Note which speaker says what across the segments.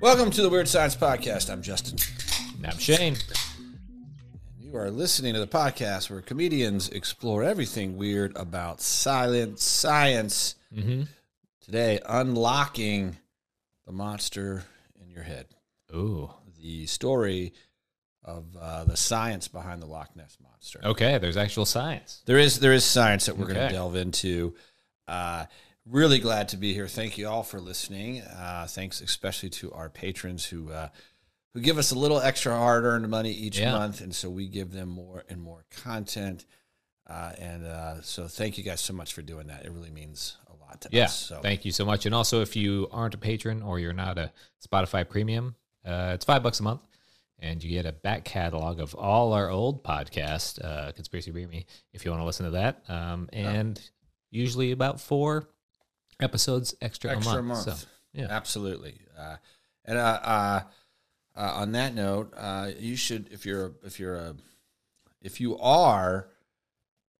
Speaker 1: Welcome to the Weird Science Podcast. I'm Justin.
Speaker 2: And I'm Shane.
Speaker 1: You are listening to the podcast where comedians explore everything weird about silent science.
Speaker 2: Mm-hmm.
Speaker 1: Today, unlocking the monster in your head.
Speaker 2: Ooh.
Speaker 1: The story of uh, the science behind the Loch Ness monster.
Speaker 2: Okay, there's actual science.
Speaker 1: There is there is science that we're going to
Speaker 2: Okay.
Speaker 1: delve into. Uh, really glad to be here. Thank you all for listening. Uh, thanks especially to our patrons who uh, who give us a little extra hard earned money each
Speaker 2: Yeah.
Speaker 1: month, and so we give them more and more content. Uh, and uh, so thank you guys so much for doing that. It really means a lot to
Speaker 2: Yeah.
Speaker 1: us. So
Speaker 2: Thank you so much. And also, if you aren't a patron or you're not a Spotify premium, uh, it's five bucks a month. And you get a back catalog of all our old podcast, uh, Conspiracy Beer if you want to listen to that. Um, and usually about four episodes extra,
Speaker 1: extra
Speaker 2: a month.
Speaker 1: month.
Speaker 2: So, yeah.
Speaker 1: Absolutely. Uh, and uh, uh, uh, on that note, uh, you should if you're if you're a if you are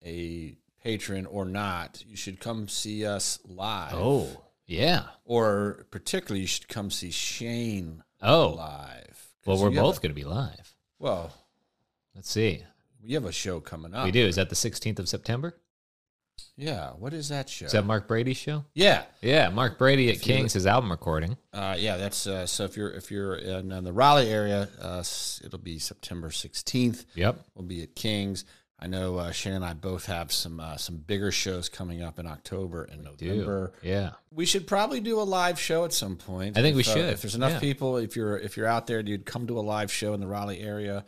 Speaker 1: a patron or not, you should come see us live.
Speaker 2: Oh, yeah.
Speaker 1: Or particularly, you should come see Shane
Speaker 2: Oh,
Speaker 1: live. 'Cause
Speaker 2: well, we're
Speaker 1: you have
Speaker 2: both
Speaker 1: A,
Speaker 2: going to be live.
Speaker 1: well,
Speaker 2: Let's see.
Speaker 1: we have a show coming up.
Speaker 2: We do. Is that the 16th of September?
Speaker 1: Yeah. What is that show?
Speaker 2: Is that Mark Brady's show?
Speaker 1: yeah.
Speaker 2: Yeah, Mark Brady at
Speaker 1: you-
Speaker 2: King's his album recording.
Speaker 1: Uh, yeah, that's uh, so. If you're if you're in, in the Raleigh area, uh, s- it'll be September sixteenth.
Speaker 2: Yep.
Speaker 1: We'll be at Kings. I know uh, Shane and I both have some uh, some bigger shows coming up in October and November.
Speaker 2: Yeah.
Speaker 1: We should probably do a live show at some point.
Speaker 2: I think we
Speaker 1: If, uh,
Speaker 2: should,
Speaker 1: If there's enough
Speaker 2: yeah.
Speaker 1: people, if you're if you're out there, dude, come to a live show in the Raleigh area.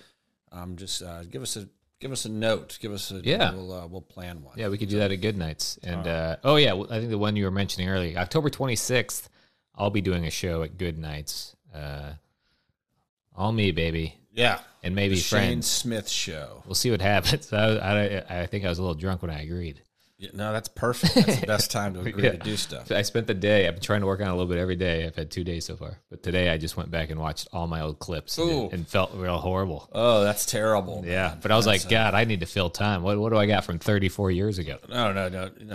Speaker 1: Um, just uh, give us a give us a note. Give us a
Speaker 2: Yeah.
Speaker 1: We'll, uh, we'll plan one.
Speaker 2: Yeah, we could do that at Good Nights. And uh, oh yeah, well, I think the one you were mentioning earlier, October 26th, I'll be doing a show at Good Nights. Uh, all me, baby,
Speaker 1: yeah.
Speaker 2: and maybe
Speaker 1: The Shane
Speaker 2: friends.
Speaker 1: Smith show.
Speaker 2: We'll see what happens. I, I, I think I was a little drunk when I agreed.
Speaker 1: Yeah, no, that's perfect. That's the best time to agree to do stuff.
Speaker 2: I spent the day. I've been trying to work on it a little bit every day. I've had two days so far, but today I just went back and watched all my old clips
Speaker 1: Ooh.
Speaker 2: and, and felt real horrible.
Speaker 1: Oh, that's terrible.
Speaker 2: Yeah,
Speaker 1: man.
Speaker 2: but I was
Speaker 1: That's,
Speaker 2: like, God, I need to fill time. What what do I got from 34 years ago?
Speaker 1: No, no, no, no.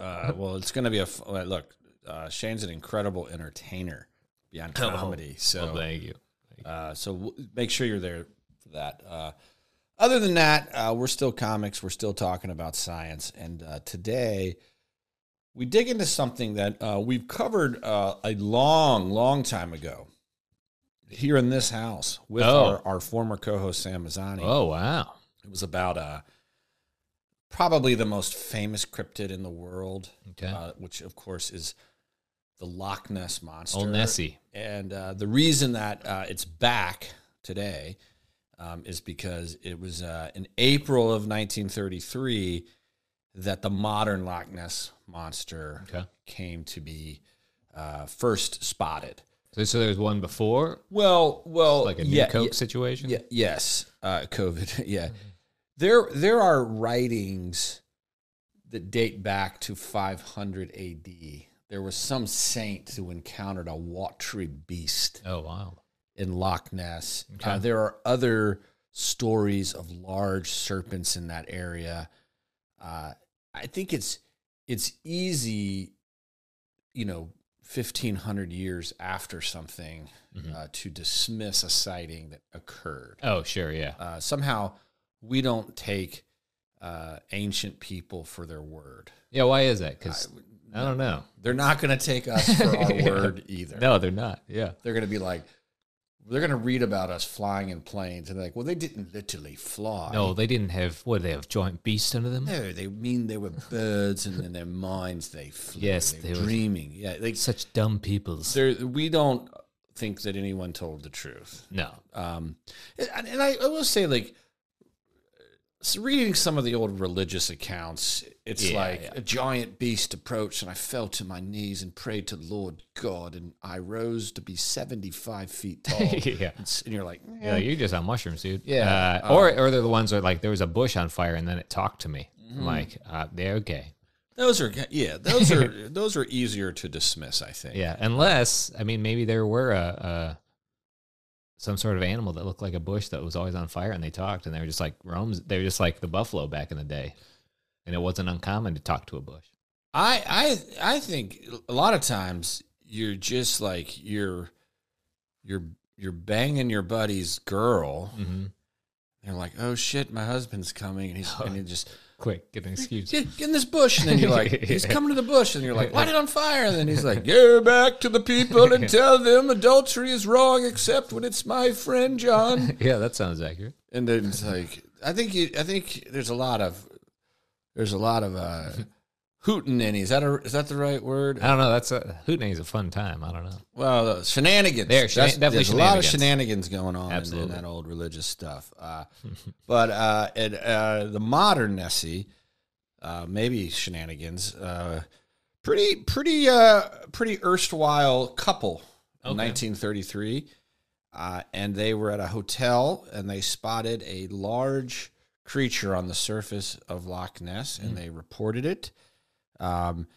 Speaker 1: uh, well, it's going to be a f- uh, look. Uh, Shane's an incredible entertainer beyond comedy,
Speaker 2: Well,
Speaker 1: so
Speaker 2: thank you.
Speaker 1: uh, so w- make sure you're there for that. Uh, other than that, uh, we're still comics. We're still talking about science, and uh, today we dig into something that uh, we've covered uh, a long, long time ago here in this house with
Speaker 2: Oh.
Speaker 1: our, our former co-host Sam Mazzani.
Speaker 2: Oh wow.
Speaker 1: It was about uh, probably the most famous cryptid in the world,
Speaker 2: Okay.
Speaker 1: uh, which of course is the Loch Ness monster.
Speaker 2: Old Nessie.
Speaker 1: And uh, the reason that uh, it's back today um, is because it was uh, in April of 1933 that the modern Loch Ness monster
Speaker 2: Okay.
Speaker 1: came to be uh, first spotted.
Speaker 2: So, so there's one before,
Speaker 1: Well, well,
Speaker 2: like a new
Speaker 1: yeah,
Speaker 2: Coke
Speaker 1: yeah,
Speaker 2: situation.
Speaker 1: yeah, yes, uh, COVID. Yeah, there there are writings that date back to 500 A.D. There was some saint who encountered a watery beast
Speaker 2: Oh wow.
Speaker 1: in Loch Ness.
Speaker 2: Okay.
Speaker 1: Uh, there are other stories of large serpents in that area. Uh, I think it's it's easy, you know, fifteen hundred years after something,
Speaker 2: Mhm.
Speaker 1: uh, to dismiss a sighting that occurred.
Speaker 2: Oh sure, yeah.
Speaker 1: Uh, somehow, we don't take uh, ancient people for their word.
Speaker 2: Yeah. Why is that? Because I, don't know.
Speaker 1: They're not going to take us for our
Speaker 2: Yeah.
Speaker 1: word either.
Speaker 2: No, they're not. Yeah.
Speaker 1: they're going to be like, they're going to read about us flying in planes, and they're like, well, they didn't literally fly.
Speaker 2: No, they didn't have. What did they have? Giant beasts under them.
Speaker 1: no, they mean they were birds, and in their minds they flew.
Speaker 2: Yes,
Speaker 1: they
Speaker 2: they
Speaker 1: were
Speaker 2: were-
Speaker 1: dreaming. Yeah, they,
Speaker 2: Such dumb peoples.
Speaker 1: they're- we don't think that anyone told the truth.
Speaker 2: No.
Speaker 1: Um, and, and I, I will say, like, s- reading some of the old religious accounts, it's
Speaker 2: Yeah,
Speaker 1: like
Speaker 2: yeah.
Speaker 1: a giant beast approached, and I fell to my knees and prayed to Lord God, and I rose to be 75 feet tall.
Speaker 2: yeah.
Speaker 1: It's- And you're like, eh,
Speaker 2: Yeah, you're just on mushrooms, dude.
Speaker 1: Yeah, Oh.
Speaker 2: Uh, or or they're the ones that like there was a bush on fire and then it talked to me.
Speaker 1: Mm-hmm.
Speaker 2: I'm like, uh, they're okay.
Speaker 1: those are yeah, those are those are easier to dismiss, I think.
Speaker 2: Yeah, unless I mean maybe there were a, a some sort of animal that looked like a bush that was always on fire, and they talked, and they were just like Rome's. They were just like the buffalo back in the day, and it wasn't uncommon to talk to a bush.
Speaker 1: I I I think a lot of times you're just like you're you're you're banging your buddy's girl.
Speaker 2: Mm-hmm.
Speaker 1: They're like, oh shit, my husband's coming, and he's and he just
Speaker 2: Quick, get an excuse.
Speaker 1: get, get in this bush, and then you're like, he's coming to the bush, and you're like, light it on fire, and then he's like, go back to the people and tell them adultery is wrong except when it's my friend John.
Speaker 2: Yeah, that sounds accurate.
Speaker 1: and then it's like I think you, I think there's a lot of there's a lot of uh hootenanny. Is that a is that the right word?
Speaker 2: I don't know. That's a hootenanny's a fun time. I don't know.
Speaker 1: Well, uh, shenanigans.
Speaker 2: There, shena-
Speaker 1: That's-
Speaker 2: definitely
Speaker 1: there's a lot of
Speaker 2: shenanigans.
Speaker 1: shenanigans going on in- in,
Speaker 2: Absolutely.
Speaker 1: that old religious stuff. Uh, but uh, it, uh, the modern Nessie, uh, maybe shenanigans. Uh, pretty, pretty, uh, pretty erstwhile couple in
Speaker 2: Okay.
Speaker 1: 1933, uh, and they were at a hotel and they spotted a large creature on the surface of Loch Ness,
Speaker 2: Mm.
Speaker 1: and they reported it. Um,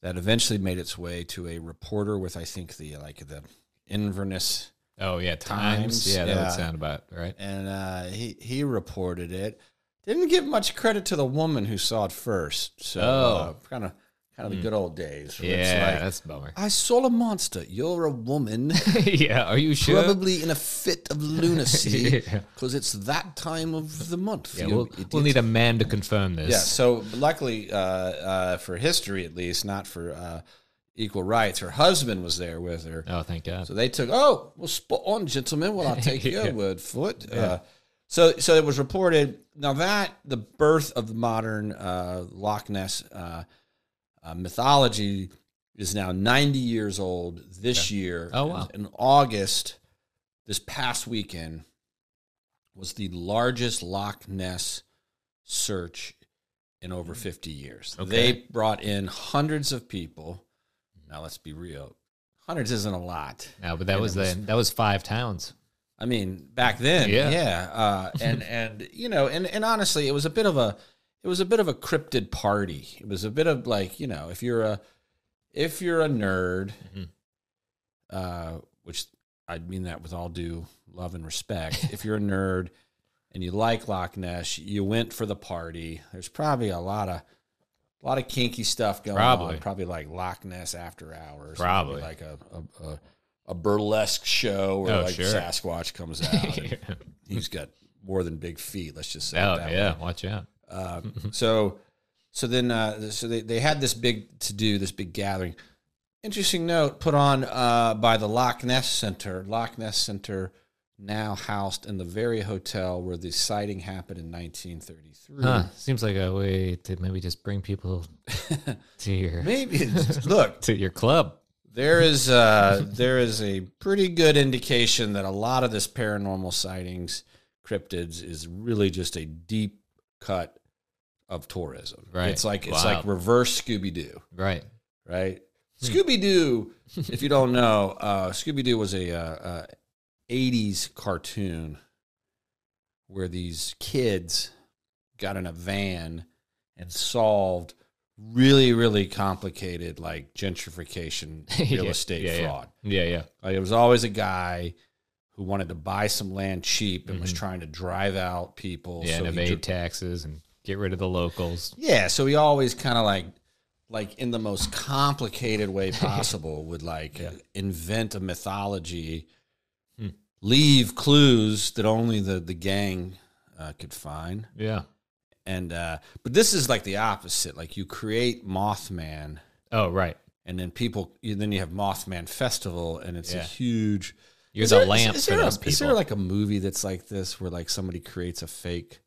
Speaker 1: that eventually made its way to a reporter with, I think, the like the Inverness
Speaker 2: Oh yeah, times.
Speaker 1: Times,
Speaker 2: Yeah, that
Speaker 1: yeah.
Speaker 2: would sound about right.
Speaker 1: and uh, he he reported it. Didn't give much credit to the woman who saw it first. So kind of kind of the good old days. where it's
Speaker 2: Oh. Hmm. Yeah,
Speaker 1: like,
Speaker 2: that's a bummer.
Speaker 1: I saw a monster. You're a woman,
Speaker 2: yeah, are you sure?
Speaker 1: probably in a fit of lunacy,
Speaker 2: Yeah.
Speaker 1: because it's that time of the month.
Speaker 2: Yeah,
Speaker 1: you
Speaker 2: we'll,
Speaker 1: idiot."
Speaker 2: we'll need a man to confirm this.
Speaker 1: Yeah. So luckily, uh, uh, for history at least, not for uh, equal rights, her husband was there with her.
Speaker 2: Oh, thank God.
Speaker 1: So they took, oh, well, spot on, gentlemen. Well, I'll take your
Speaker 2: Yeah.
Speaker 1: word for it. Uh, so, so it was reported. Now that the birth of the modern uh, Loch Ness uh, uh, mythology is now 90 years old this year.
Speaker 2: Oh, wow.
Speaker 1: In, in August, this past weekend, was the largest Loch Ness search in over 50 years.
Speaker 2: Mm. Okay.
Speaker 1: They brought in hundreds of people. Now let's be real. Hundreds isn't a lot.
Speaker 2: No, but that
Speaker 1: And
Speaker 2: was
Speaker 1: it was-
Speaker 2: the that was five towns.
Speaker 1: I mean, back then, yeah,
Speaker 2: Yeah.
Speaker 1: Uh, and and you know, and and honestly, it was a bit of a, it was a bit of a cryptid party. It was a bit of like you know, if you're a, if you're a nerd,
Speaker 2: Mhm.
Speaker 1: uh, which I mean that with all due love and respect, if you're a nerd and you like Loch Ness, you went for the party. There's probably a lot of. A lot of kinky stuff going
Speaker 2: Probably.
Speaker 1: on. Probably like Loch Ness after hours.
Speaker 2: Probably.
Speaker 1: like a, a, a, a burlesque show where
Speaker 2: Oh,
Speaker 1: like
Speaker 2: sure.
Speaker 1: Sasquatch comes out. and
Speaker 2: oh
Speaker 1: he's got more than big feet. Let's just say it that way.
Speaker 2: yeah, watch out.
Speaker 1: Um, so, so then, uh, so they, they had this big to do, this big gathering. Interesting note put on uh, by the Loch Ness Center. Loch Ness Center now housed in the very hotel where the sighting happened in 1933.
Speaker 2: Huh? Seems like a way to maybe just bring people to your
Speaker 1: Maybe it's- look,
Speaker 2: to your club.
Speaker 1: there is uh, there is a pretty good indication that a lot of this paranormal sightings, cryptids, is really just a deep cut of tourism.
Speaker 2: Right.
Speaker 1: It's like it's
Speaker 2: Wow.
Speaker 1: like reverse Scooby Doo,
Speaker 2: Right.
Speaker 1: right?
Speaker 2: Hmm.
Speaker 1: Scooby Doo. if you don't know, uh, Scooby Doo was a, uh, uh, '80s cartoon where these kids got in a van and solved really really complicated like gentrification real
Speaker 2: Yeah,
Speaker 1: estate
Speaker 2: yeah, yeah.
Speaker 1: fraud
Speaker 2: Yeah, yeah.
Speaker 1: like it was always a guy who wanted to buy some land cheap and was trying to drive out people.
Speaker 2: Mm-hmm. Yeah, and
Speaker 1: he
Speaker 2: evade
Speaker 1: dri-
Speaker 2: taxes and get rid of the locals.
Speaker 1: yeah. So he always kind of like, like in the most complicated way possible, would like invent a mythology,
Speaker 2: Hmm.
Speaker 1: leave clues that only the the gang uh, could find.
Speaker 2: Yeah.
Speaker 1: And uh, but this is like the opposite. Like you create Mothman
Speaker 2: Oh, right.
Speaker 1: and then people you, then you have mothman festival and it's a
Speaker 2: Yeah.
Speaker 1: huge
Speaker 2: You're
Speaker 1: Is
Speaker 2: the
Speaker 1: there- is-
Speaker 2: lamp
Speaker 1: is
Speaker 2: for
Speaker 1: there a-
Speaker 2: those
Speaker 1: is there
Speaker 2: people.
Speaker 1: like a movie that's like this where like somebody creates a fake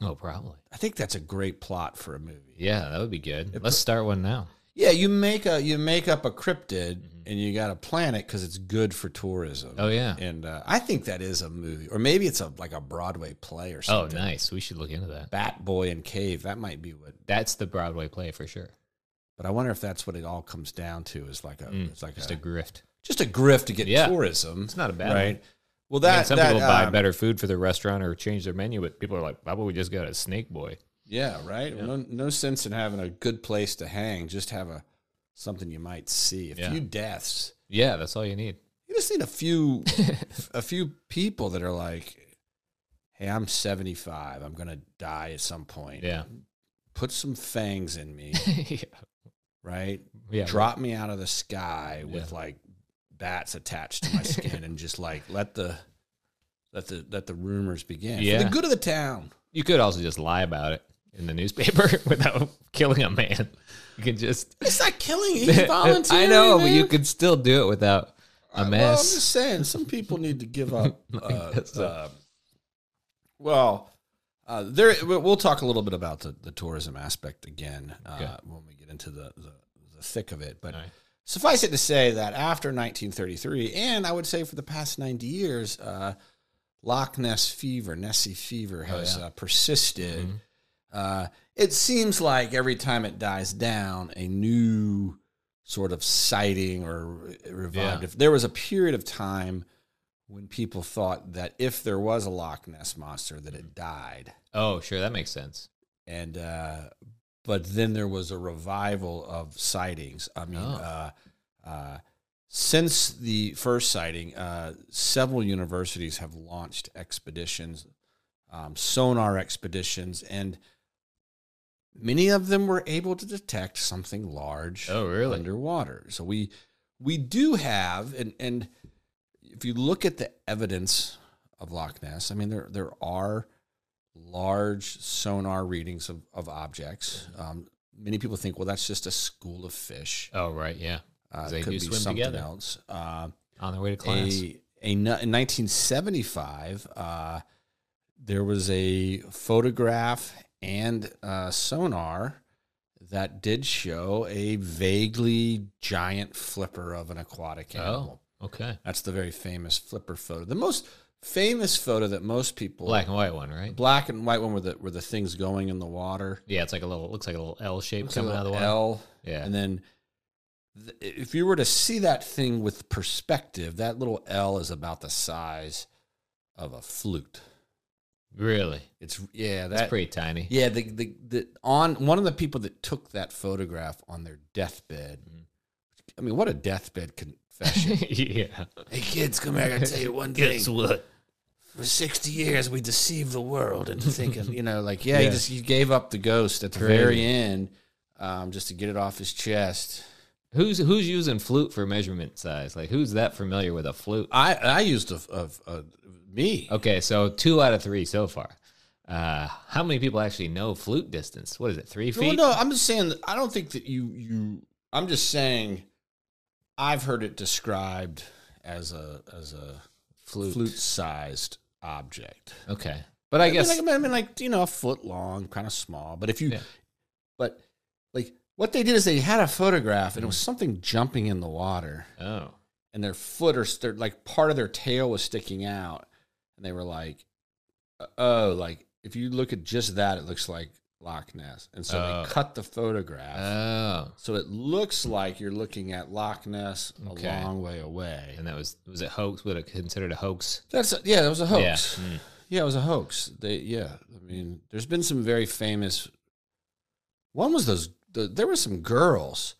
Speaker 2: Oh, probably.
Speaker 1: i think that's a great plot for a movie
Speaker 2: Yeah, that would be good. Let's start one now.
Speaker 1: yeah you make a you make up a cryptid and you got to plan it because it's good for tourism
Speaker 2: Mm-hmm. Oh, yeah.
Speaker 1: and uh, i think that is a movie or maybe it's a like a broadway play or
Speaker 2: Oh,
Speaker 1: something
Speaker 2: nice. We should look into that.
Speaker 1: bat boy and cave that might be what
Speaker 2: That's the Broadway play for sure.
Speaker 1: but i wonder if that's what it all comes down to is like a
Speaker 2: Mm,
Speaker 1: it's like
Speaker 2: Just
Speaker 1: a,
Speaker 2: a grift.
Speaker 1: just a grift to get
Speaker 2: Yeah.
Speaker 1: tourism
Speaker 2: It's not a bad one.
Speaker 1: right well
Speaker 2: I mean,
Speaker 1: that
Speaker 2: some
Speaker 1: that,
Speaker 2: people buy
Speaker 1: um,
Speaker 2: better food for the restaurant or change their menu, but people are like, "Why would we just go to Snake Boy?"
Speaker 1: Yeah, right. No, no sense in having a good place to hang. Just have a something you might see. A
Speaker 2: Yeah.
Speaker 1: few deaths.
Speaker 2: Yeah, that's all you need.
Speaker 1: You just need a few, a few people that are like, "Hey, I'm 75. I'm gonna die at some point.
Speaker 2: Yeah,
Speaker 1: Put some fangs in me,
Speaker 2: yeah,
Speaker 1: right?
Speaker 2: yeah.
Speaker 1: Drop me out of the sky with like bats attached to my skin and just like let the let the let the rumors begin for
Speaker 2: Yeah.
Speaker 1: the good of the town.
Speaker 2: You could also just lie about it in the newspaper without killing a man. You can just
Speaker 1: It's not killing. He's volunteering.
Speaker 2: I know, but you
Speaker 1: man.
Speaker 2: could still do it without a
Speaker 1: Well, I'm just
Speaker 2: mess.
Speaker 1: saying, some people need to give up. Uh, uh, well, uh, there we- we'll talk a little bit about the, the tourism aspect again uh,
Speaker 2: Okay.
Speaker 1: when we get into the, the, the thick of it. But
Speaker 2: All right.
Speaker 1: suffice it to say that after 1933, and I would say for the past 90 years, uh, Loch Ness fever, Nessie fever, has
Speaker 2: Oh, yeah. Mm-hmm.
Speaker 1: uh, persisted. Uh, it seems like every time it dies down, a new sort of sighting or re- revived.
Speaker 2: Yeah.
Speaker 1: If there was a period of time when people thought that if there was a Loch Ness monster, that it died,
Speaker 2: Oh, sure, that makes sense.
Speaker 1: and uh, but then there was a revival of sightings. I mean, uh, uh, since the first sighting, uh, several universities have launched expeditions, um, sonar expeditions, and many of them were able to detect something large
Speaker 2: Oh, really?
Speaker 1: underwater. So we we do have, and and if you look at the evidence of Loch Ness, I mean there there are large sonar readings of, of objects. Um, many people think, well, that's just a school of fish.
Speaker 2: Oh, right, yeah.
Speaker 1: Uh,
Speaker 2: They
Speaker 1: it could
Speaker 2: do
Speaker 1: be
Speaker 2: swim
Speaker 1: something
Speaker 2: together.
Speaker 1: else. Uh,
Speaker 2: On their way to
Speaker 1: a,
Speaker 2: class.
Speaker 1: a nu- in 1975, uh, there was a photograph and uh, sonar that did show a vaguely giant flipper of an aquatic
Speaker 2: oh,
Speaker 1: animal.
Speaker 2: okay.
Speaker 1: That's the very famous flipper photo. The most famous photo that most people
Speaker 2: Black and white one, right?
Speaker 1: black and white one where the where the thing's going in the water.
Speaker 2: Yeah, it's like a little. Looks like a little L shape
Speaker 1: Looks like
Speaker 2: coming
Speaker 1: a
Speaker 2: out of the water.
Speaker 1: L,
Speaker 2: yeah.
Speaker 1: and then th- if you were to see that thing with perspective, that little L is about the size of a flute.
Speaker 2: really,
Speaker 1: It's yeah,
Speaker 2: that's
Speaker 1: that
Speaker 2: pretty tiny.
Speaker 1: yeah. The, the the on one of the people that took that photograph on their deathbed. I mean, what a deathbed confession!
Speaker 2: yeah.
Speaker 1: hey kids, come here! I gotta tell you one thing.
Speaker 2: what?
Speaker 1: For sixty years, we deceived the world into thinking, you know, like yeah, he
Speaker 2: Yeah.
Speaker 1: just he gave up the ghost at the
Speaker 2: Crazy.
Speaker 1: very end, um, just to get it off his chest.
Speaker 2: Who's who's using flute for measurement size? Like, who's that familiar with a flute?
Speaker 1: I I used a, a, a me.
Speaker 2: Okay, so two out of three so far. Uh, how many people actually know flute distance? What is it? Three
Speaker 1: Well,
Speaker 2: feet?
Speaker 1: no, I'm just saying. That I don't think that you you. I'm just saying. I've heard it described as a as a
Speaker 2: Flute.
Speaker 1: flute sized object.
Speaker 2: Okay, but I, guess
Speaker 1: I mean, like, I mean, like you know, a foot long, kind of small. But if you,
Speaker 2: Yeah.
Speaker 1: but like what they did is they had a photograph and it was something jumping in the water
Speaker 2: oh,
Speaker 1: and their foot or their like part of their tail was sticking out and they were like uh, oh like if you look at just that it looks like loch ness and so
Speaker 2: Oh.
Speaker 1: they cut the photograph
Speaker 2: oh,
Speaker 1: so it looks like you're looking at loch ness
Speaker 2: Okay.
Speaker 1: a long way away
Speaker 2: and that was was it hoax? Was it considered a hoax?
Speaker 1: that's yeah that was a hoax
Speaker 2: Yeah.
Speaker 1: yeah,
Speaker 2: Mm.
Speaker 1: it was a hoax they yeah i mean there's been some very famous one was those the, there were some girls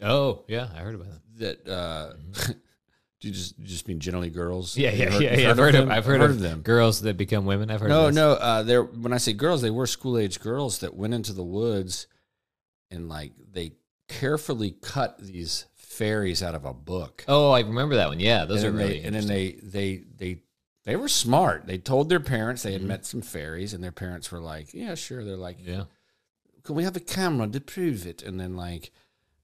Speaker 2: Oh, yeah, I heard about that.
Speaker 1: that uh do you just you just mean generally girls
Speaker 2: Mm-hmm. Yeah,
Speaker 1: You
Speaker 2: yeah,
Speaker 1: heard-
Speaker 2: yeah,
Speaker 1: you've
Speaker 2: yeah. I've heard of,
Speaker 1: them?
Speaker 2: I've heard, of, them. Girls that become women. I've heard.
Speaker 1: No,
Speaker 2: of this.
Speaker 1: no. Uh, there. When I say girls, they were school age girls that went into the woods, and like they carefully cut these fairies out of a book.
Speaker 2: Oh, I remember that one. Yeah, those
Speaker 1: and
Speaker 2: are
Speaker 1: then
Speaker 2: really.
Speaker 1: They, and then they they they they were smart. They told their parents they had
Speaker 2: Mm-hmm.
Speaker 1: met some fairies, and their parents were like, "Yeah, sure." They're like,
Speaker 2: yeah.
Speaker 1: "Can we have a camera to prove it?" And then like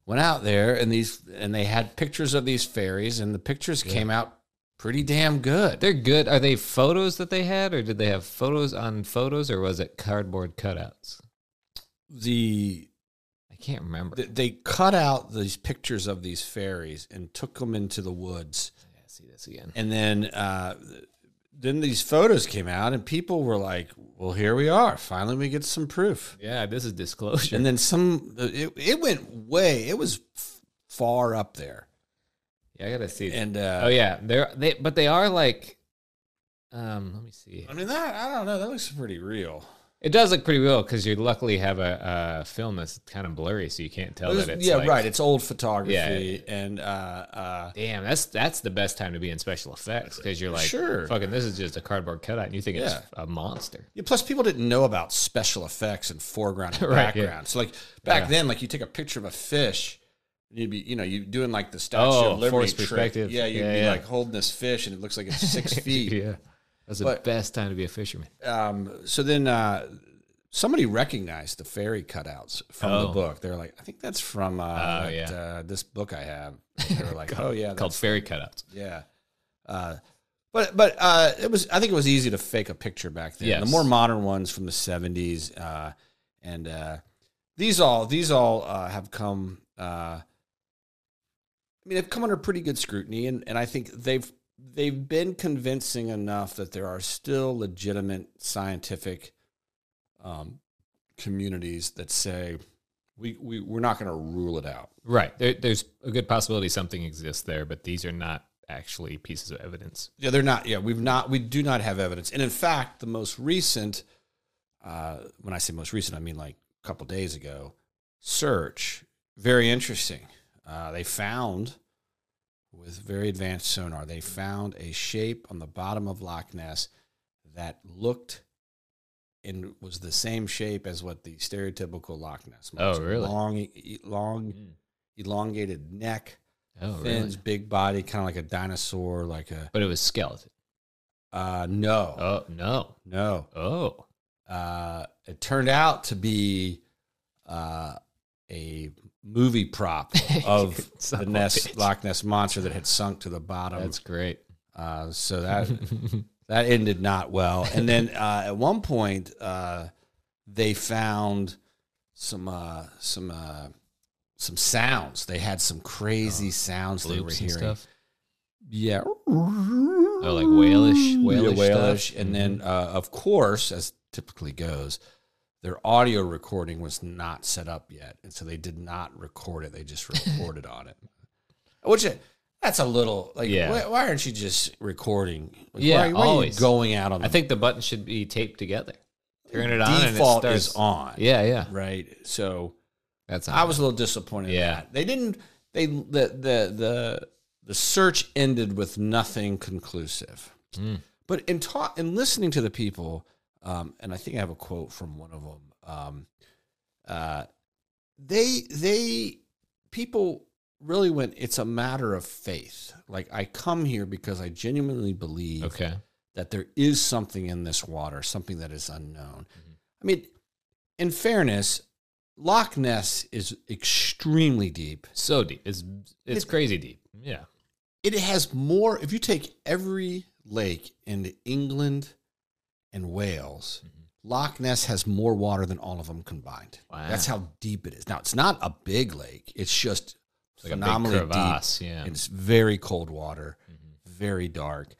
Speaker 1: went out there, and these and they had pictures of these fairies, and the pictures came out pretty damn good.
Speaker 2: They're good. Are they photos that they had, or did they have photos on photos, or was it cardboard cutouts?
Speaker 1: the
Speaker 2: I can't remember.
Speaker 1: Th- they cut out these pictures of these fairies and took them into the woods
Speaker 2: yeah, see this again.
Speaker 1: and then uh, then these photos came out and people were like well here we are finally we get some proof
Speaker 2: Yeah, this is disclosure.
Speaker 1: and then some uh, it, it went way it was f- far up there
Speaker 2: yeah, I gotta see. that.
Speaker 1: and uh,
Speaker 2: oh yeah, they're they, but they are like. Um, let me see.
Speaker 1: i mean that i don't know that looks pretty real
Speaker 2: It does look pretty real because you luckily have a, a film that's kind of blurry, so you can't tell
Speaker 1: It was-
Speaker 2: that it's
Speaker 1: yeah
Speaker 2: like-
Speaker 1: right it's old photography
Speaker 2: Yeah.
Speaker 1: and uh, uh,
Speaker 2: Damn, that's that's the best time to be in special effects because you're like,
Speaker 1: Sure.
Speaker 2: fucking, this is just a cardboard cutout, and you think
Speaker 1: Yeah.
Speaker 2: it's a monster.
Speaker 1: Yeah, plus people didn't know about special effects and foreground and
Speaker 2: Right, yeah.
Speaker 1: background. So like back
Speaker 2: Yeah.
Speaker 1: then, like you take a picture of a fish, You'd be, you know, you doing like the Statue
Speaker 2: Oh,
Speaker 1: of Liberty
Speaker 2: forced
Speaker 1: trick.
Speaker 2: perspective.
Speaker 1: Yeah, you'd
Speaker 2: Yeah,
Speaker 1: be
Speaker 2: yeah.
Speaker 1: like holding this fish, and it looks like it's six feet.
Speaker 2: yeah. That's the
Speaker 1: But-
Speaker 2: best time to be a fisherman.
Speaker 1: um, so then uh, somebody recognized the fairy cutouts from the
Speaker 2: Oh.
Speaker 1: book. They were like, I think that's from uh,
Speaker 2: Oh,
Speaker 1: that,
Speaker 2: yeah.
Speaker 1: uh, this book I have. They were like, oh yeah,
Speaker 2: called
Speaker 1: that's-
Speaker 2: fairy cutouts.
Speaker 1: yeah. Uh, but but uh, it was I think it was easy to fake a picture back then. The
Speaker 2: Yes.
Speaker 1: more modern ones from the seventies, uh, and uh, these all these all uh, have come. Uh, I mean, they've come under pretty good scrutiny, and, and I think they've they've been convincing enough that there are still legitimate scientific um, communities that say we, we we're not going to rule it out.
Speaker 2: Right. There, there's a good possibility something exists there, but these are not actually pieces of evidence.
Speaker 1: Yeah, they're not. Yeah, we've not. We do not have evidence. And in fact, the most recent, uh, when I say most recent, I mean like a couple days ago, search very interesting. Uh, they found with very advanced sonar, they found a shape on the bottom of Loch Ness that looked and was the same shape as what the stereotypical Loch Ness.
Speaker 2: Oh, really?
Speaker 1: Long, long, elongated neck,
Speaker 2: Oh,
Speaker 1: Mm. fins,
Speaker 2: really?
Speaker 1: big body, kind of like a dinosaur, like a
Speaker 2: But it was skeleton.
Speaker 1: uh, no,
Speaker 2: Oh, no.
Speaker 1: no.
Speaker 2: Oh,
Speaker 1: Uh, it turned out to be uh, a movie prop of
Speaker 2: Son
Speaker 1: the
Speaker 2: of a
Speaker 1: Ness,
Speaker 2: bitch.
Speaker 1: Loch Ness monster that had sunk to the bottom.
Speaker 2: that's great.
Speaker 1: uh, so that that ended not well. And then uh, at one point, uh, they found some uh, some uh, some sounds. They had some crazy sounds they were
Speaker 2: Loops Oh, and
Speaker 1: hearing.
Speaker 2: stuff.
Speaker 1: Yeah.
Speaker 2: Oh, like whalish, whalish,
Speaker 1: whalish.
Speaker 2: stuff.
Speaker 1: And then, uh, of course, as typically goes, their audio recording was not set up yet, and so they did not record it. They just recorded on it, which uh, that's a little like,
Speaker 2: Yeah.
Speaker 1: why, why aren't you just recording? Like,
Speaker 2: Yeah,
Speaker 1: why, why are you
Speaker 2: always.
Speaker 1: going out on.
Speaker 2: I
Speaker 1: The
Speaker 2: think the button should be taped together. Turn it on.
Speaker 1: default
Speaker 2: and it starts.
Speaker 1: is on,
Speaker 2: Yeah, yeah.
Speaker 1: right? So
Speaker 2: That's
Speaker 1: I was a little disappointed. in
Speaker 2: Yeah.
Speaker 1: that. they didn't. They the the the the search ended with nothing conclusive.
Speaker 2: Mm.
Speaker 1: But in ta- in listening to the people, um, and I think I have a quote from one of them. Um, uh, they they people really went. It's a matter of faith. Like I come here because I genuinely believe
Speaker 2: okay.
Speaker 1: that there is something in this water, something that is unknown. I mean, in fairness, Loch Ness is extremely deep.
Speaker 2: So deep. It's it's
Speaker 1: It-
Speaker 2: crazy deep. Yeah.
Speaker 1: It has more, if you take every lake in England and Wales,
Speaker 2: Mm-hmm.
Speaker 1: Loch Ness has more water than all of them combined.
Speaker 2: Wow.
Speaker 1: That's how deep it is. Now, it's not a big lake, it's just
Speaker 2: It's like
Speaker 1: phenomenally
Speaker 2: a big
Speaker 1: deep.
Speaker 2: crevasse. Yeah. Mm-hmm.
Speaker 1: It's very cold water, very dark.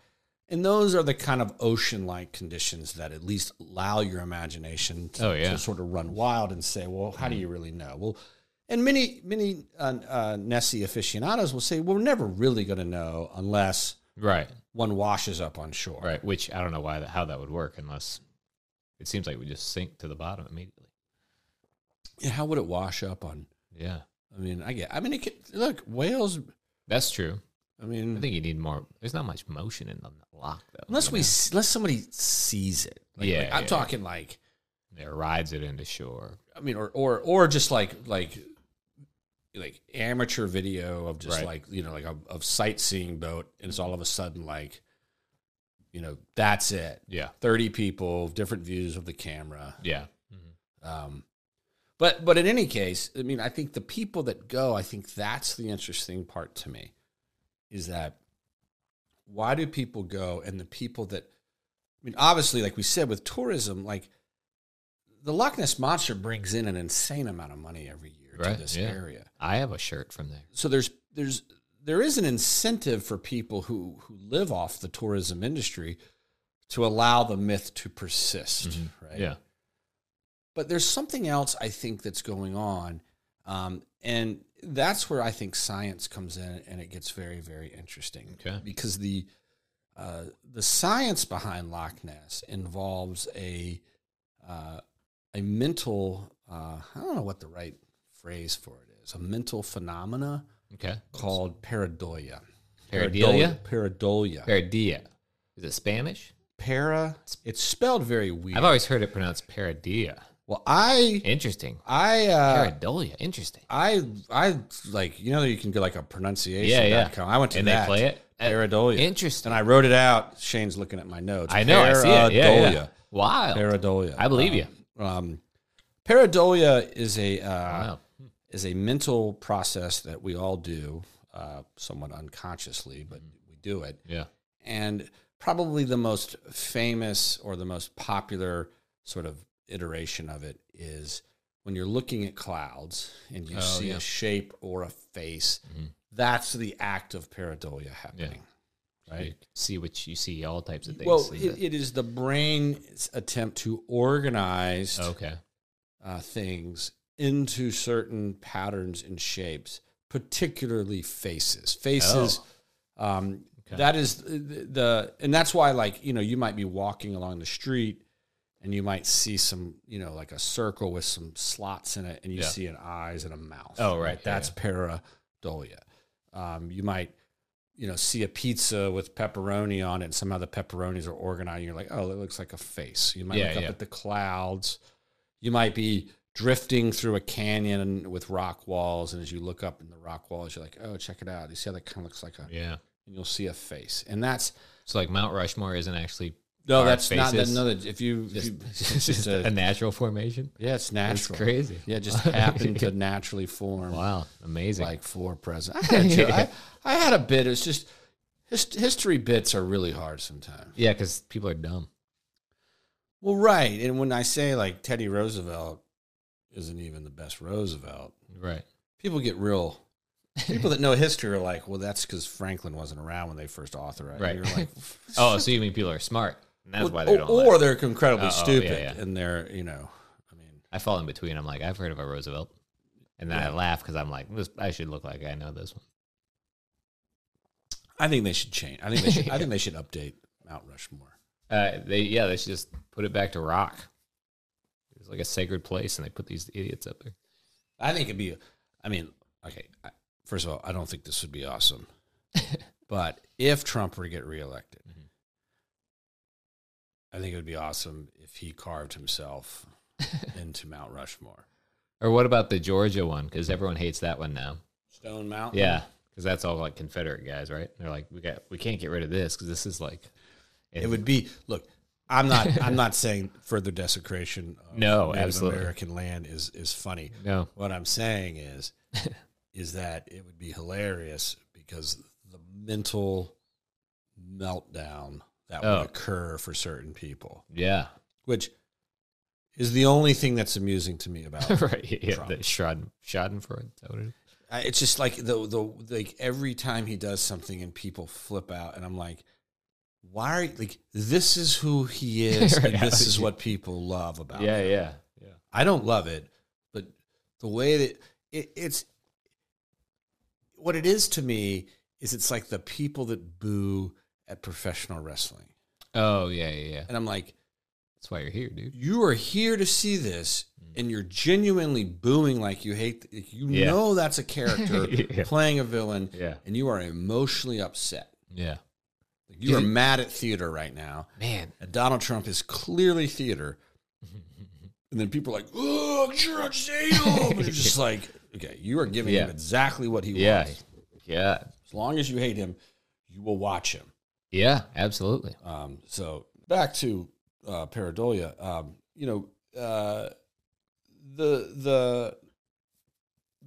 Speaker 1: And those are the kind of ocean like conditions that at least allow your imagination to,
Speaker 2: Oh, yeah. Mm-hmm.
Speaker 1: to sort of run wild and say, well, how do you really know? Well, and many, many uh, uh, Nessie aficionados will say, well, we're never really going to know unless
Speaker 2: Right.
Speaker 1: one washes up on shore.
Speaker 2: Right. Which I don't know why that, how that would work unless it seems like we just sink to the bottom immediately.
Speaker 1: Yeah, how would it wash up on?
Speaker 2: Yeah.
Speaker 1: I mean, I get, I mean, it could, look, whales,
Speaker 2: That's true.
Speaker 1: I mean,
Speaker 2: I think you need more. There's not much motion in the lock though.
Speaker 1: unless
Speaker 2: you
Speaker 1: we,
Speaker 2: know?
Speaker 1: s- unless somebody sees it. Like-
Speaker 2: Yeah,
Speaker 1: like, I'm
Speaker 2: yeah.
Speaker 1: talking like,
Speaker 2: Yeah, rides it into shore.
Speaker 1: I mean, or or or just like like like amateur video of just
Speaker 2: Right.
Speaker 1: like you know like a of sightseeing boat, and it's all of a sudden like, you know, that's it.
Speaker 2: Yeah.
Speaker 1: Thirty people, different views of the camera.
Speaker 2: Yeah. Mm-hmm.
Speaker 1: Um, but but in any case, I mean, I think the people that go, I think that's the interesting part to me, is that why do people go, and the people that, I mean, obviously, like we said with tourism, like the Loch Ness monster brings in an insane amount of money every year
Speaker 2: Right,
Speaker 1: to this
Speaker 2: yeah.
Speaker 1: area.
Speaker 2: I have a shirt from there.
Speaker 1: So there's there's there is an incentive for people who who live off the tourism industry to allow the myth to persist, right?
Speaker 2: Mm-hmm. Yeah.
Speaker 1: but there's something else I think that's going on, um, and that's where I think science comes in, and it gets very, very interesting.
Speaker 2: Okay.
Speaker 1: because the uh, the science behind Loch Ness involves a uh, a mental uh, I don't know what the right phrase for it is a mental phenomena
Speaker 2: Okay.
Speaker 1: called pareidolia.
Speaker 2: Pareidolia?
Speaker 1: Pareidolia.
Speaker 2: Paradilla. Is it Spanish?
Speaker 1: Para. It's spelled very weird.
Speaker 2: I've always heard it pronounced paradilla.
Speaker 1: Well, I
Speaker 2: Interesting.
Speaker 1: I uh,
Speaker 2: Caradolia. Interesting.
Speaker 1: I I like you know you can go like a pronunciation.
Speaker 2: Yeah, yeah.
Speaker 1: I went to
Speaker 2: And
Speaker 1: that.
Speaker 2: they play it. Uh,
Speaker 1: Pareidolia.
Speaker 2: Interesting.
Speaker 1: and I wrote it out. Shane's looking at my notes.
Speaker 2: I know. I see it. Yeah, yeah.
Speaker 1: Pareidolia.
Speaker 2: Wild.
Speaker 1: Pareidolia.
Speaker 2: I believe
Speaker 1: Um,
Speaker 2: you.
Speaker 1: Um, pareidolia is a uh,
Speaker 2: Wow.
Speaker 1: is a mental process that we all do, uh, somewhat unconsciously,
Speaker 2: Mm.
Speaker 1: but we do it.
Speaker 2: Yeah.
Speaker 1: And probably the most famous or the most popular sort of iteration of it is when you're looking at clouds and you
Speaker 2: Oh,
Speaker 1: see
Speaker 2: yeah.
Speaker 1: a shape or a face.
Speaker 2: Mhm.
Speaker 1: That's the act of pareidolia happening.
Speaker 2: Right. see what you see, all types of things.
Speaker 1: Well, it, it is the brain's attempt to organize
Speaker 2: okay.
Speaker 1: uh, things into certain patterns and shapes, particularly faces. Faces. Um,
Speaker 2: Oh. Okay.
Speaker 1: That is the, the, and that's why, like, you know, you might be walking along the street and you might see some, you know, like a circle with some slots in it and you
Speaker 2: Yeah.
Speaker 1: see an eyes and a mouth.
Speaker 2: Oh, right. Yeah,
Speaker 1: That's pareidolia. Um, you might, you know, see a pizza with pepperoni on it and somehow the pepperonis are organized. And you're like, oh, that looks like a face. You might
Speaker 2: Yeah,
Speaker 1: look up
Speaker 2: yeah.
Speaker 1: at the clouds you might be drifting through a canyon with rock walls and as you look up in the rock walls you're like oh check it out you see how that kind of looks like a
Speaker 2: Yeah.
Speaker 1: and you'll see a face and that's
Speaker 2: So like Mount Rushmore isn't actually
Speaker 1: no
Speaker 2: Our
Speaker 1: that's not that,
Speaker 2: faces.
Speaker 1: no that- if you, if you
Speaker 2: it's just
Speaker 1: a-
Speaker 2: a, natural formation.
Speaker 1: yeah it's
Speaker 2: That's
Speaker 1: natural
Speaker 2: crazy.
Speaker 1: yeah it just happened to naturally form
Speaker 2: Wow. Amazing.
Speaker 1: like for president I had, a jo- I, I had a bit it's just hist- history bits are really hard sometimes
Speaker 2: yeah, because people are dumb.
Speaker 1: well right and when i say like teddy roosevelt isn't even the best roosevelt
Speaker 2: Right.
Speaker 1: people get real people that know history are like well that's because franklin wasn't around when they first authorized it.
Speaker 2: Right.
Speaker 1: You're like,
Speaker 2: Oh, so you mean people are smart. And that's
Speaker 1: well,
Speaker 2: why they don't.
Speaker 1: or,
Speaker 2: Or,
Speaker 1: they're incredibly
Speaker 2: Uh-oh, yeah,
Speaker 1: stupid
Speaker 2: yeah.
Speaker 1: and they're you know i mean
Speaker 2: I fall in between. I'm like, I've heard of a Roosevelt. And then I laugh because I'm like, this, I should look like I know this one.
Speaker 1: i think they should change i think they should i think they should update mount rushmore
Speaker 2: Uh, they yeah, they should just put it back to rock. It's like a sacred place, and they put these idiots up there.
Speaker 1: i think it'd be i mean okay I, first of all i don't think this would be awesome but if trump were to get reelected
Speaker 2: Mhm.
Speaker 1: i think it would be awesome if he carved himself into mount rushmore
Speaker 2: Or what about the Georgia one? Because everyone hates that one now.
Speaker 1: stone mountain
Speaker 2: Yeah, because that's all like Confederate guys, right? They're like, we got, we can't get rid of this because this is like,
Speaker 1: It would be look. I'm not. I'm not saying further desecration. Of
Speaker 2: No, absolutely.
Speaker 1: American land is is funny.
Speaker 2: no,
Speaker 1: What I'm saying is, is that it would be hilarious because the mental meltdown that
Speaker 2: Oh.
Speaker 1: would occur for certain people,
Speaker 2: yeah,
Speaker 1: which is the only thing that's amusing to me about.
Speaker 2: right, yeah,
Speaker 1: Trump.
Speaker 2: the Schaden, Schadenfreude. is that what it is?
Speaker 1: I, it's just like the the like every time he does something and people flip out, and I'm like. Why are you, like this is who he is and
Speaker 2: Right.
Speaker 1: this is what people love about him.
Speaker 2: Yeah, yeah, yeah.
Speaker 1: I don't love it, but the way that it, it's what it is to me is it's like the people that boo at professional wrestling.
Speaker 2: Oh yeah, yeah, yeah.
Speaker 1: And I'm like,
Speaker 2: That's why you're here, dude.
Speaker 1: you are here to see this and you're genuinely booing like you hate like you
Speaker 2: Mm. Yeah.
Speaker 1: know that's a character
Speaker 2: Yeah.
Speaker 1: playing a villain
Speaker 2: Yeah,
Speaker 1: and you are emotionally upset.
Speaker 2: yeah.
Speaker 1: Like, you are mad at theater right now.
Speaker 2: Man,
Speaker 1: And Donald Trump is clearly theater. And then people are like, oh, Judge Zito. But you're just like, okay, you are giving him
Speaker 2: Yeah.
Speaker 1: exactly what he
Speaker 2: yeah,
Speaker 1: wants.
Speaker 2: yeah,
Speaker 1: As long as you hate him, you will watch him.
Speaker 2: yeah. Absolutely.
Speaker 1: Um, so back to uh, pareidolia. Um, you know, uh, the the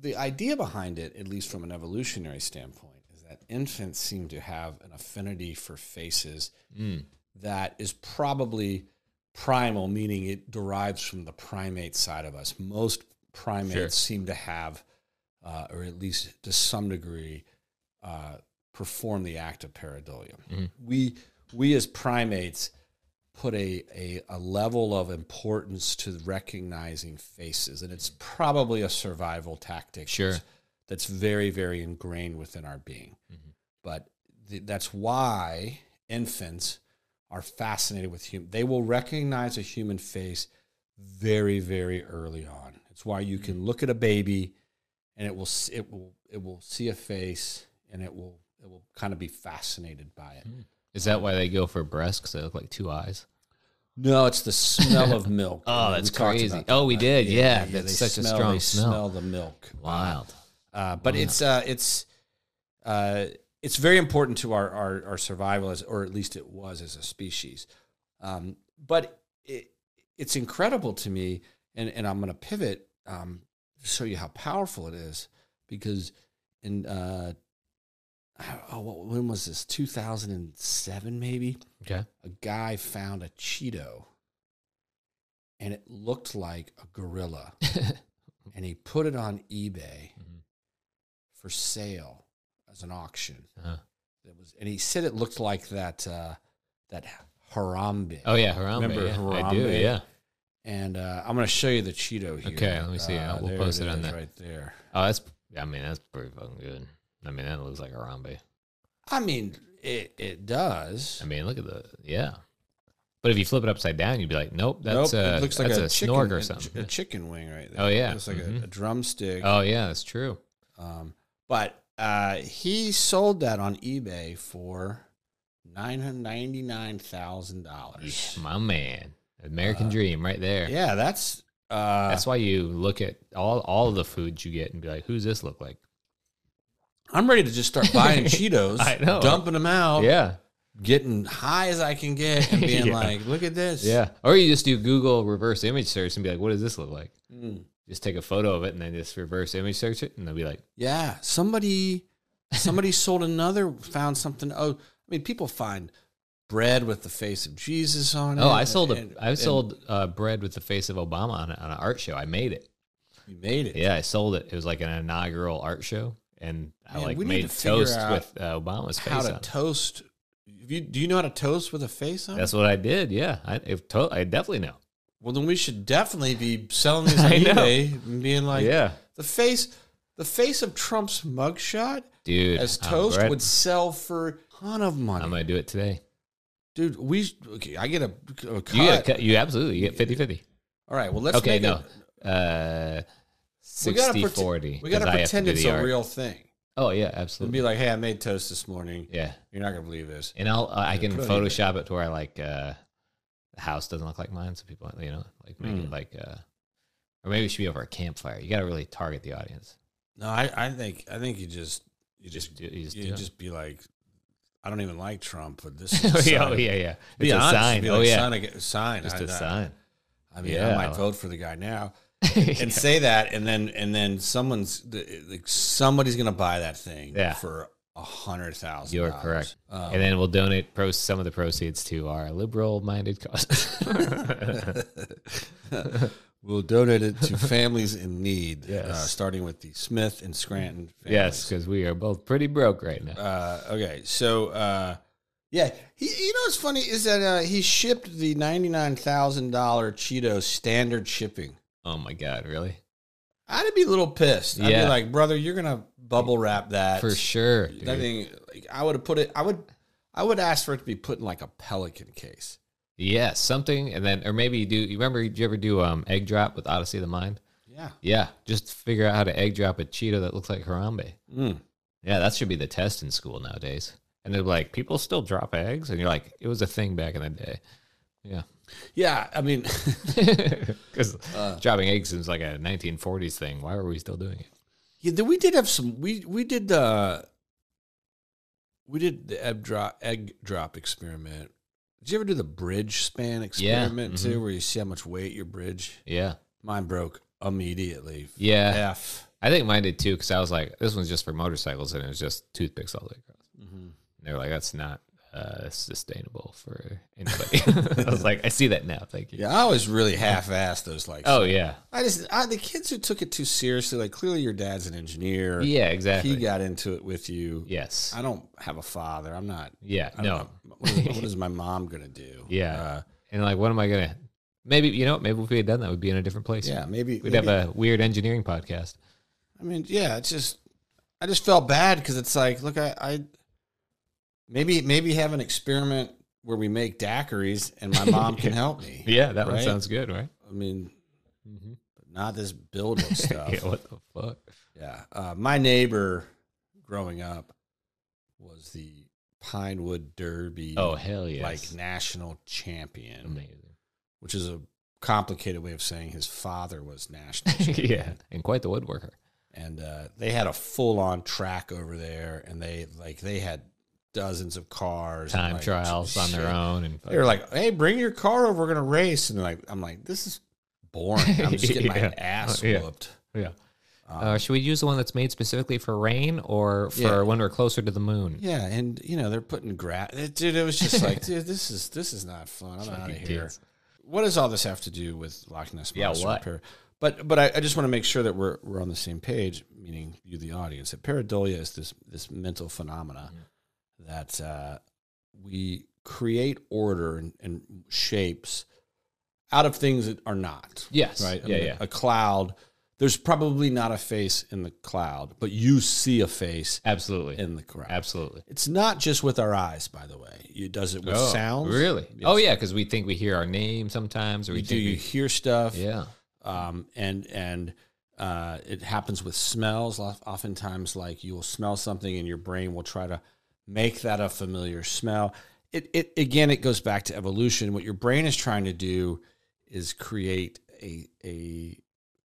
Speaker 1: the idea behind it, at least from an evolutionary standpoint, is that infants seem to have an affinity for faces
Speaker 2: Mm.
Speaker 1: that is probably primal, meaning it derives from the primate side of us. Most primates
Speaker 2: Sure.
Speaker 1: seem to have, uh, or at least to some degree, uh, perform the act of pareidolia.
Speaker 2: Mhm.
Speaker 1: We we as primates put a, a a level of importance to recognizing faces, and it's probably a survival tactic.
Speaker 2: Sure.
Speaker 1: that's very very ingrained within our being. But th- that's why infants are fascinated with human. They will recognize a human face very, very early on. It's why you can look at a baby, and it will s- it will it will see a face, and it will it will kind of be fascinated by it.
Speaker 2: Hmm. Is that why they go for breasts? Because they look like two eyes.
Speaker 1: No, it's the smell of milk.
Speaker 2: Oh,
Speaker 1: We
Speaker 2: that's
Speaker 1: talked
Speaker 2: crazy.
Speaker 1: about
Speaker 2: Oh, we did. Yeah,
Speaker 1: they-
Speaker 2: that's
Speaker 1: they
Speaker 2: such a
Speaker 1: smell-
Speaker 2: strong
Speaker 1: they
Speaker 2: smell.
Speaker 1: Smell the milk.
Speaker 2: Wild.
Speaker 1: Uh, but
Speaker 2: Wow.
Speaker 1: it's uh, it's uh, it's very important to our, our our survival as or at least it was as a species. Um, but it, it's incredible to me, and and I'm going to pivot um, to show you how powerful it is because in uh, I- oh what- when was this 2007 maybe
Speaker 2: Okay.
Speaker 1: a guy found a Cheeto and it looked like a gorilla
Speaker 2: Uh-huh.
Speaker 1: and he put it on eBay
Speaker 2: Mhm.
Speaker 1: for sale as an auction.
Speaker 2: Uh-huh.
Speaker 1: It was, and he said it looked like that uh, that Harambe.
Speaker 2: Oh yeah, Harambe.
Speaker 1: Remember
Speaker 2: yeah. I do.
Speaker 1: Harambe?
Speaker 2: Yeah.
Speaker 1: And uh, I'm going to show you the Cheeto here.
Speaker 2: Okay, let me see.
Speaker 1: Uh,
Speaker 2: We'll
Speaker 1: there
Speaker 2: post it on
Speaker 1: is
Speaker 2: the-
Speaker 1: right there.
Speaker 2: Oh, that's. I mean, that's pretty fucking good. I mean, that looks like Harambe.
Speaker 1: I mean, it it does.
Speaker 2: I mean, look at the yeah. But if you flip it upside down, you'd be like, nope, that's a
Speaker 1: it looks like
Speaker 2: that's a,
Speaker 1: a, chicken,
Speaker 2: snork or
Speaker 1: a-
Speaker 2: something.
Speaker 1: A, chicken wing right there.
Speaker 2: Oh, yeah.
Speaker 1: It looks like
Speaker 2: Mhm.
Speaker 1: a, a drumstick.
Speaker 2: oh yeah, that's true.
Speaker 1: Um, but uh, he sold that on eBay for nine hundred ninety nine thousand dollars.
Speaker 2: My man, American
Speaker 1: Uh,
Speaker 2: dream right there.
Speaker 1: Yeah, that's uh,
Speaker 2: That's why you look at all all the foods you get and be like, who's this look like?
Speaker 1: I'm ready to just start buying Cheetos,
Speaker 2: I know.
Speaker 1: dumping them out,
Speaker 2: Yeah,
Speaker 1: getting high as I can get, and being
Speaker 2: Yeah.
Speaker 1: like, "Look at this."
Speaker 2: yeah. Or you just do Google reverse image search and be like, what does this look like?
Speaker 1: Mm.
Speaker 2: Just take a photo of it and then just reverse image search it, and they'll be like,
Speaker 1: yeah. Somebody, somebody sold another, found something. Oh, I mean, people find bread with the face of Jesus on it.
Speaker 2: oh, I sold a
Speaker 1: and-
Speaker 2: I
Speaker 1: and
Speaker 2: sold uh, bread with the face of Obama on, a- on an art show. I made it.
Speaker 1: You made it.
Speaker 2: Yeah, I sold it. It was like an inaugural art show, and I
Speaker 1: Man,
Speaker 2: like
Speaker 1: we need
Speaker 2: made
Speaker 1: to figure
Speaker 2: toast
Speaker 1: out
Speaker 2: with uh, Obama's
Speaker 1: how
Speaker 2: face
Speaker 1: to
Speaker 2: on. it.
Speaker 1: toast. If you, do you know how to toast with a face on? it?
Speaker 2: That's what I did. Yeah, I if to- I definitely know.
Speaker 1: Well, then we should definitely be selling these on
Speaker 2: I know.
Speaker 1: eBay and being like,
Speaker 2: yeah,
Speaker 1: the face, the face of Trump's mugshot
Speaker 2: dude,
Speaker 1: as
Speaker 2: I'm
Speaker 1: toast
Speaker 2: bread-
Speaker 1: would sell for a ton of money,
Speaker 2: I'm gonna do it today.
Speaker 1: dude. We sh- okay, I get a, a cut.
Speaker 2: You get a cut. You absolutely you get 50 50.
Speaker 1: All right, well let's
Speaker 2: Okay,
Speaker 1: make
Speaker 2: no.
Speaker 1: it.
Speaker 2: Uh,
Speaker 1: We gotta
Speaker 2: 60
Speaker 1: pretend-
Speaker 2: 40.
Speaker 1: We gotta
Speaker 2: 'cause I have to
Speaker 1: pretend
Speaker 2: do
Speaker 1: it's
Speaker 2: the
Speaker 1: a
Speaker 2: art.
Speaker 1: real thing
Speaker 2: Oh, yeah,
Speaker 1: and
Speaker 2: absolutely.
Speaker 1: be like, hey, I made toast this morning.
Speaker 2: yeah.
Speaker 1: You're not gonna believe this.
Speaker 2: And I'll, uh, I can
Speaker 1: put it on eBay.
Speaker 2: Photoshop it to where I like, uh, the house doesn't look like mine. So people, you know, like make it
Speaker 1: Mm.
Speaker 2: like, uh, or maybe it should be over a campfire. You got to really target the audience.
Speaker 1: No, I, I think I think you just you
Speaker 2: You
Speaker 1: just
Speaker 2: just, do, you just
Speaker 1: you
Speaker 2: do it.
Speaker 1: just be like, I don't even like Trump, but this is a
Speaker 2: yeah, oh,
Speaker 1: sign."
Speaker 2: yeah, yeah.
Speaker 1: Be
Speaker 2: It's a
Speaker 1: honest,
Speaker 2: sign.
Speaker 1: be
Speaker 2: oh,
Speaker 1: like,
Speaker 2: yeah.
Speaker 1: sign, a, sign.
Speaker 2: just
Speaker 1: a
Speaker 2: a sign.
Speaker 1: I mean, I
Speaker 2: Yeah.
Speaker 1: might vote for the guy now
Speaker 2: Yeah.
Speaker 1: and say that, and then and then someone's the- like somebody's gonna buy that thing
Speaker 2: Yeah.
Speaker 1: for a hundred thousand.
Speaker 2: You are correct.
Speaker 1: Um,
Speaker 2: and then we'll donate pro- some of the proceeds to our liberal minded causes.
Speaker 1: we'll donate it to families in need, uh,
Speaker 2: Yes.
Speaker 1: starting with the Smith and Scranton. Families.
Speaker 2: yes, because we are both pretty broke right now.
Speaker 1: Uh, okay, so uh, yeah, he, you know what's funny is that uh, he shipped the ninety nine thousand dollar Cheeto standard shipping.
Speaker 2: Oh my god, really?
Speaker 1: I'd be a little pissed. I'd be
Speaker 2: Yeah.
Speaker 1: like, brother, you're gonna bubble wrap that
Speaker 2: For sure.
Speaker 1: I
Speaker 2: dude.
Speaker 1: think like, I would have put it. I would, I would ask for it to be put in like a pelican case.
Speaker 2: Yeah, something, and then or maybe you do. You remember? Did you ever do um egg drop with Odyssey of the Mind?
Speaker 1: Yeah.
Speaker 2: Yeah, just figure out how to egg drop a Cheeto that looks like Harambe.
Speaker 1: Mm.
Speaker 2: Yeah, that should be the test in school nowadays. And they're like, people still drop eggs, and you're like, it was a thing back in the day. Yeah,
Speaker 1: Yeah. I mean,
Speaker 2: because
Speaker 1: Uh.
Speaker 2: dropping eggs seems like a 1940s thing. Why are we still doing it?
Speaker 1: yeah, th- we did have some. We we did uh we did the egg drop egg drop experiment. Did you ever do the bridge span experiment
Speaker 2: mm-hmm.
Speaker 1: too, where you see how much weight your bridge?
Speaker 2: Yeah,
Speaker 1: Mine broke immediately.
Speaker 2: yeah.
Speaker 1: F.
Speaker 2: I think mine did too, because I was like, this one's just for motorcycles, and it was just toothpicks all the way across.
Speaker 1: Mhm.
Speaker 2: And they were like, that's not uh, sustainable for anybody. I was like, I see that now. Thank you.
Speaker 1: Yeah, I always really half-assed those. Like,
Speaker 2: Oh, yeah.
Speaker 1: I just I, the kids who took it too seriously. Like, clearly your dad's an engineer.
Speaker 2: Yeah, exactly.
Speaker 1: he got into it with you.
Speaker 2: yes.
Speaker 1: I don't have a father. I'm not.
Speaker 2: yeah,
Speaker 1: I
Speaker 2: no.
Speaker 1: don't know. What is, what is my mom gonna do?
Speaker 2: Yeah.
Speaker 1: Uh,
Speaker 2: And like, what am I going to. Maybe, you know, maybe if we had done that, we'd be in a different place.
Speaker 1: yeah. Maybe
Speaker 2: We'd
Speaker 1: maybe-
Speaker 2: have a weird engineering podcast.
Speaker 1: I mean, yeah. It's just. I just felt bad because it's like, look, I, I. Maybe maybe have an experiment where we make daiquiris and my mom can help me.
Speaker 2: Yeah, that one
Speaker 1: Right?
Speaker 2: sounds good, right?
Speaker 1: I mean,
Speaker 2: Mm-hmm.
Speaker 1: not this building stuff.
Speaker 2: yeah, what the fuck?
Speaker 1: Yeah. Uh, my neighbor growing up was the Pinewood Derby
Speaker 2: Oh, hell yes.
Speaker 1: like national champion.
Speaker 2: amazing.
Speaker 1: which is a complicated way of saying his father was national. champion.
Speaker 2: yeah, and quite the woodworker.
Speaker 1: and uh, they had a full on track over there, and they like they had dozens of cars, and,
Speaker 2: Time
Speaker 1: like,
Speaker 2: trials on their
Speaker 1: shit.
Speaker 2: own, and
Speaker 1: They were like, "Hey, bring your car over, we're gonna race," and like I'm like, "This is boring. I'm just getting
Speaker 2: Yeah.
Speaker 1: my ass
Speaker 2: Yeah.
Speaker 1: whooped."
Speaker 2: yeah. Uh, should we use the one that's made specifically for rain or for
Speaker 1: um, Yeah.
Speaker 2: when we're closer to the moon?
Speaker 1: Yeah, and you know they're putting grass. Dude, it was just like, dude, this is this is not fun. I'm out of
Speaker 2: Fucking
Speaker 1: here.
Speaker 2: kids.
Speaker 1: What does all this have to do with Loch Ness
Speaker 2: Yeah,
Speaker 1: monster?
Speaker 2: what?
Speaker 1: Par- But but I, I just want to make sure that we're we're on the same page, meaning you, the audience. That pareidolia is this this mental phenomena that uh, we create order and, and shapes out of things that are not.
Speaker 2: Yes.
Speaker 1: Right. I
Speaker 2: Yeah,
Speaker 1: mean,
Speaker 2: yeah.
Speaker 1: A cloud. There's probably not a face in the cloud, but you see a face
Speaker 2: Absolutely.
Speaker 1: in the crowd.
Speaker 2: Absolutely.
Speaker 1: It's not just with our eyes, by the way. It does it with
Speaker 2: Oh,
Speaker 1: sounds.
Speaker 2: Really? Oh, yeah, because we think we hear our name sometimes, or we
Speaker 1: You do
Speaker 2: think
Speaker 1: you
Speaker 2: we,
Speaker 1: hear stuff?
Speaker 2: yeah,
Speaker 1: Um, and and uh, it happens with smells. Lo- Oftentimes, like you will smell something, and your brain will try to make that a familiar smell. It it again, it goes back to evolution. What your brain is trying to do is create a a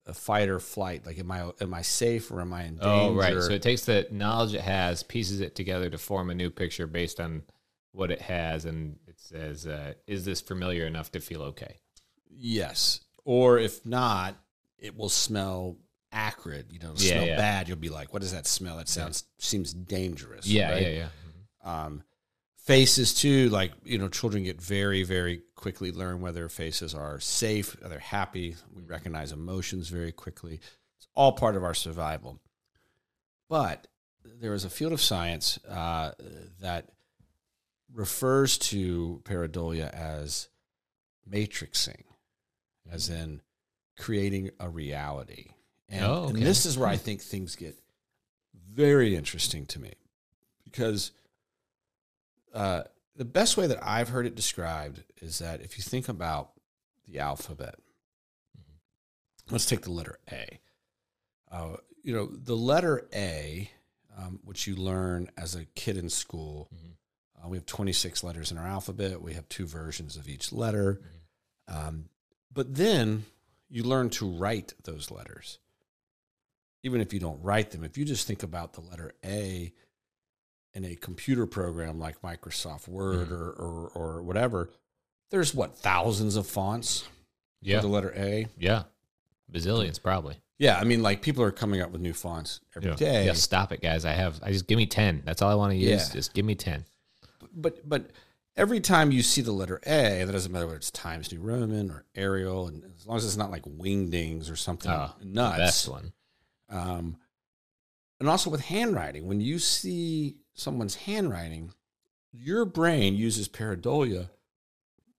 Speaker 1: a fight or flight. Like, am I am I safe or am I in danger?
Speaker 2: oh, right. So it takes the knowledge it has, pieces it together to form a new picture based on what it has, and it says, uh, "Is this familiar enough to feel okay?"
Speaker 1: Yes. Or if not, it will smell acrid. You know, it'll
Speaker 2: Yeah,
Speaker 1: smell
Speaker 2: yeah.
Speaker 1: bad. You'll be like, what is that smell? It sounds seems dangerous.
Speaker 2: Yeah,
Speaker 1: right?
Speaker 2: yeah, yeah.
Speaker 1: Um, faces too, like you know, children get very, very quickly learn whether faces are safe, are they happy. We recognize emotions very quickly. It's all part of our survival. But there is a field of science uh, that refers to pareidolia as matrixing, as in creating a reality. And,
Speaker 2: Oh,
Speaker 1: and
Speaker 2: okay.
Speaker 1: this is where I think things get very interesting to me because uh, the best way that I've heard it described is that if you think about the alphabet,
Speaker 2: Mm-hmm.
Speaker 1: let's take the letter A. Uh, you know, the letter A, um, which you learn as a kid in school,
Speaker 2: Mhm.
Speaker 1: uh, we have 26 letters in our alphabet. We have two versions of each letter.
Speaker 2: Mm-hmm.
Speaker 1: Um, but then you learn to write those letters. Even if you don't write them, if you just think about the letter A in a computer program like Microsoft
Speaker 2: Mm-hmm.
Speaker 1: Word or, or, or whatever, there's what, thousands of fonts
Speaker 2: Yeah,
Speaker 1: for the letter A?
Speaker 2: yeah. Bazillions, probably.
Speaker 1: Yeah, I mean, like people are coming up with new fonts every
Speaker 2: Yeah.
Speaker 1: day.
Speaker 2: Yeah, stop it, guys. I have. I just give me ten. That's all I want to use.
Speaker 1: Yeah.
Speaker 2: Just give me ten.
Speaker 1: but but every time you see the letter A, that doesn't matter whether it's Times New Roman or Arial, and as long as it's not like wingdings or something
Speaker 2: Oh,
Speaker 1: nuts.
Speaker 2: Best one.
Speaker 1: Um, and also with handwriting, when you see someone's handwriting, your brain uses pareidolia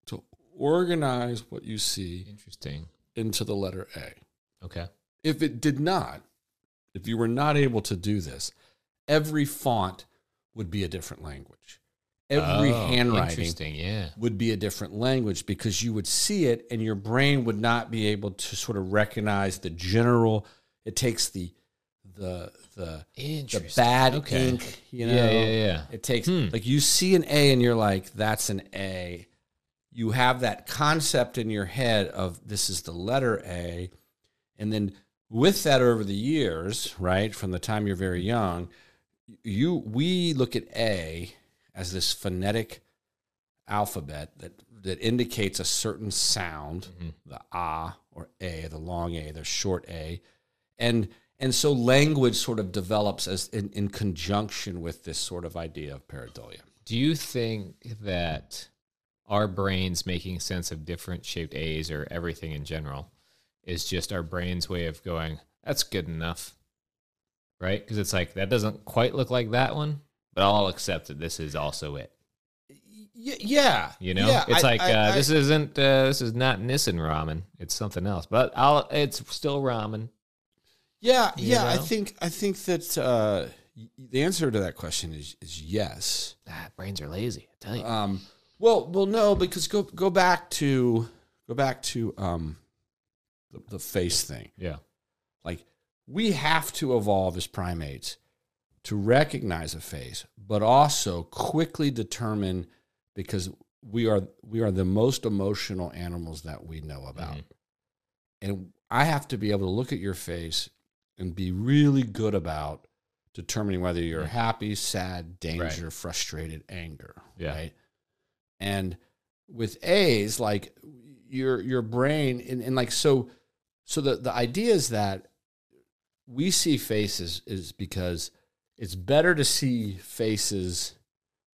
Speaker 1: to organize what you see
Speaker 2: Interesting.
Speaker 1: into the letter A.
Speaker 2: Okay.
Speaker 1: If it did not, if you were not able to do this, every font would be a different language. Every
Speaker 2: Oh,
Speaker 1: handwriting
Speaker 2: Interesting. Yeah.
Speaker 1: would be a different language because you would see it and your brain would not be able to sort of recognize the general it takes the the the the
Speaker 2: Interesting.
Speaker 1: bad
Speaker 2: Okay.
Speaker 1: ink you know
Speaker 2: Yeah, yeah, yeah.
Speaker 1: it takes
Speaker 2: Hmm.
Speaker 1: like you see an a and you're like that's an a you have that concept in your head of this is the letter a and then with that over the years right from the time you're very young you we look at a as this phonetic alphabet that that indicates a certain sound
Speaker 2: Mm-hmm.
Speaker 1: the ah or a the long a the short a and and so language sort of develops as in, in conjunction with this sort of idea of pareidolia
Speaker 2: Do you think that our brains making sense of different shaped A's or everything in general is just our brain's way of going, that's good enough? Right? Because it's like, that doesn't quite look like that one, but I'll accept that this is also it.
Speaker 1: y- yeah
Speaker 2: You know,
Speaker 1: Yeah,
Speaker 2: it's
Speaker 1: I-
Speaker 2: like
Speaker 1: I-
Speaker 2: uh,
Speaker 1: I-
Speaker 2: this isn't uh, this is not Nissen ramen. It's something else, but I'll it's still ramen.
Speaker 1: Yeah,
Speaker 2: you
Speaker 1: yeah. I
Speaker 2: know?
Speaker 1: think I think that uh, y- the answer to that question is is yes.
Speaker 2: Ah, brains are lazy. I tell you.
Speaker 1: Um, well, well, no, because go go back to go back to um, the, the face thing.
Speaker 2: yeah.
Speaker 1: Like we have to evolve as primates to recognize a face, but also quickly determine because we are we are the most emotional animals that we know about.
Speaker 2: Mhm.
Speaker 1: And I have to be able to look at your face and be really good about determining whether you're
Speaker 2: Mhm.
Speaker 1: happy, sad, danger, frustrated, anger.
Speaker 2: Yeah.
Speaker 1: Right. And with A's, like your your brain and, and like so so the, the idea is that we see faces is because it's better to see faces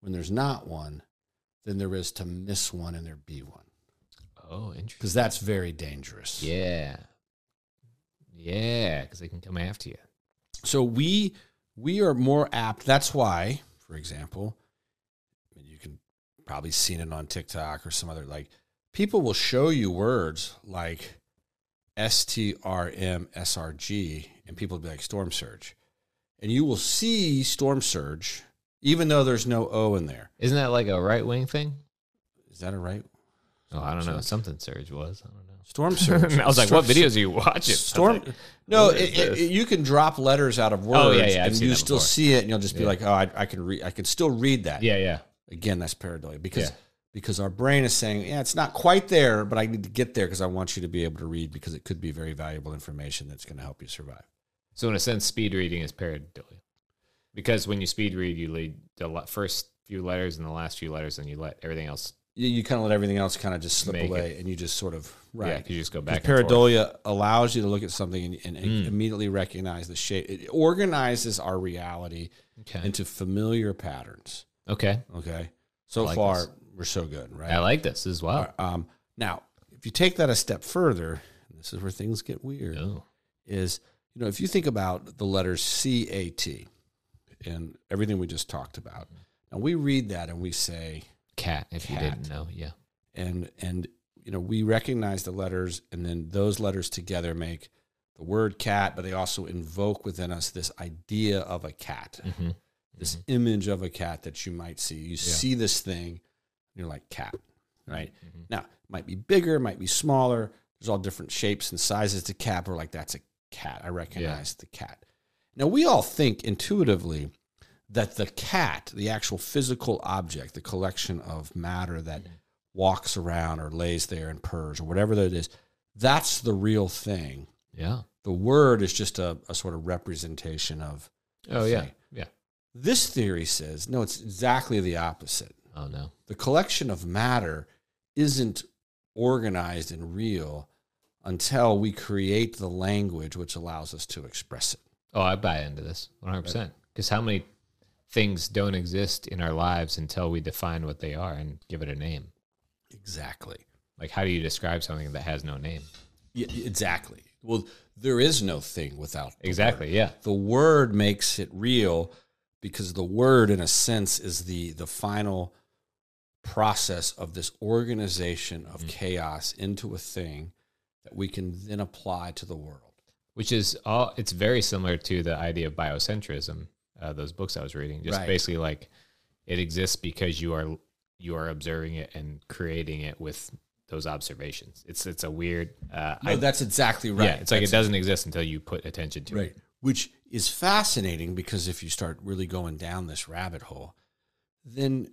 Speaker 1: when there's not one than there is to miss one and there be one
Speaker 2: Oh, interesting.
Speaker 1: because that's very dangerous.
Speaker 2: Yeah. Yeah, because they can come after you.
Speaker 1: So we we are more apt. That's why, for example, I mean, you can probably seen it on TikTok or some other like people will show you words like S T R M S R G, and people will be like storm surge, and you will see storm surge even though there's no O in there.
Speaker 2: Isn't that like a right wing thing?
Speaker 1: Is that a right?
Speaker 2: Oh, I don't know.
Speaker 1: Surge.
Speaker 2: Something Surge was. I don't know.
Speaker 1: Storm surge.
Speaker 2: I was like,
Speaker 1: Storm
Speaker 2: what
Speaker 1: surge.
Speaker 2: videos are you watching? I was
Speaker 1: Storm.
Speaker 2: like,
Speaker 1: no,
Speaker 2: what is
Speaker 1: it, it,
Speaker 2: this?
Speaker 1: you can drop letters out of words,
Speaker 2: Oh, yeah, yeah, I've
Speaker 1: and
Speaker 2: seen
Speaker 1: you
Speaker 2: that
Speaker 1: still
Speaker 2: before.
Speaker 1: see it, and you'll just be
Speaker 2: Yeah.
Speaker 1: like, "Oh, I, I can read. I can still read that."
Speaker 2: yeah, yeah.
Speaker 1: Again, that's paranoia because
Speaker 2: Yeah.
Speaker 1: because our brain is saying, "Yeah, it's not quite there, but I need to get there because I want you to be able to read because it could be very valuable information that's going to help you survive."
Speaker 2: So in a sense, speed reading is paradiddly, because when you speed read, you lead the la- first few letters and the last few letters, and you let everything else.
Speaker 1: You, you kind of let everything else kind of just slip
Speaker 2: Make it-
Speaker 1: away, and you just sort of
Speaker 2: Right. Yeah,
Speaker 1: right.
Speaker 2: 'cause you just go
Speaker 1: Because
Speaker 2: back. and forth.
Speaker 1: pareidolia allows you to look at something and, and
Speaker 2: Mm.
Speaker 1: immediately recognize the shape. It organizes our reality
Speaker 2: Okay.
Speaker 1: into familiar patterns.
Speaker 2: okay.
Speaker 1: Okay. So
Speaker 2: like
Speaker 1: far,
Speaker 2: this.
Speaker 1: we're so good, right?
Speaker 2: I like this as well.
Speaker 1: Um, now, if you take that a step further, and this is where things get weird,
Speaker 2: Oh.
Speaker 1: is, you know, if you think about the letters C A T and everything we just talked about, now we read that and we say,
Speaker 2: Cat, if you
Speaker 1: Cat.
Speaker 2: didn't know. Yeah.
Speaker 1: and, and, you know, we recognize the letters and then those letters together make the word cat, but they also invoke within us this idea of a cat,
Speaker 2: hmm
Speaker 1: this image of a cat that you might see. You see this thing, and you're like, cat, right?
Speaker 2: Mhm.
Speaker 1: Now, it might be bigger, it might be smaller. There's all different shapes and sizes to cat. We're like, that's a cat. I recognize the cat. Now, we all think intuitively that the cat, the actual physical object, the collection of matter that walks around or lays there and purrs or whatever that is, that's the real thing.
Speaker 2: Yeah.
Speaker 1: The word is just a, a sort of representation of.
Speaker 2: Oh yeah.
Speaker 1: Thing.
Speaker 2: Yeah.
Speaker 1: This theory says, no, it's exactly the opposite
Speaker 2: Oh no.
Speaker 1: the collection of matter isn't organized and real until we create the language which allows us to express it.
Speaker 2: Oh, I buy into this 100%. Because how many things don't exist in our lives until we define what they are and give it a name?
Speaker 1: Exactly.
Speaker 2: Like, how do you describe something that has no name?
Speaker 1: Yeah, exactly. Well, there is no thing without the
Speaker 2: Exactly. Yeah.
Speaker 1: word. The word makes it real because the word in a sense is the the final process of this organization
Speaker 2: Mm-hmm.
Speaker 1: of chaos into a thing that we can then apply to the world.
Speaker 2: Which is all, it's very similar to the idea of biocentrism, uh, those books I was reading. Just
Speaker 1: Right.
Speaker 2: basically like it exists because you are, you are observing it and creating it with those observations. It's, it's a weird, uh,
Speaker 1: No,
Speaker 2: I,
Speaker 1: that's exactly right.
Speaker 2: yeah, it's like it doesn't exist until you put attention to
Speaker 1: Right.
Speaker 2: it.
Speaker 1: Which is fascinating because if you start really going down this rabbit hole, then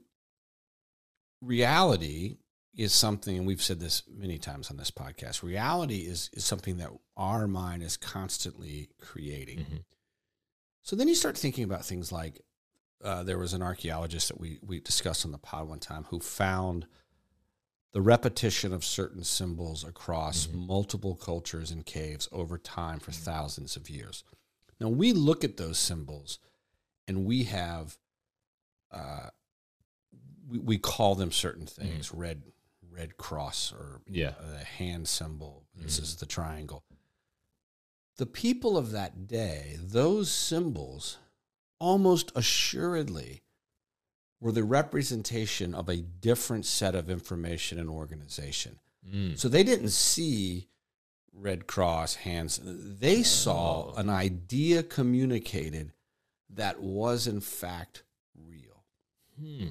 Speaker 1: reality is something, and we've said this many times on this podcast reality is, is something that our mind is constantly creating.
Speaker 2: Mhm.
Speaker 1: So then you start thinking about things like uh, there was an archaeologist that we, we discussed on the pod one time who found the repetition of certain symbols across multiple cultures and caves over time for thousands of years. Now we look at those symbols and we have, uh, we, we call them certain things red, red cross or you
Speaker 2: Yeah.
Speaker 1: know, uh, the hand symbol. This is the triangle. The people of that day, those symbols almost assuredly were the representation of a different set of information and organization.
Speaker 2: Mm.
Speaker 1: So they didn't see Red Cross hands. They saw
Speaker 2: Oh.
Speaker 1: an idea communicated that was in fact real,
Speaker 2: Hmm.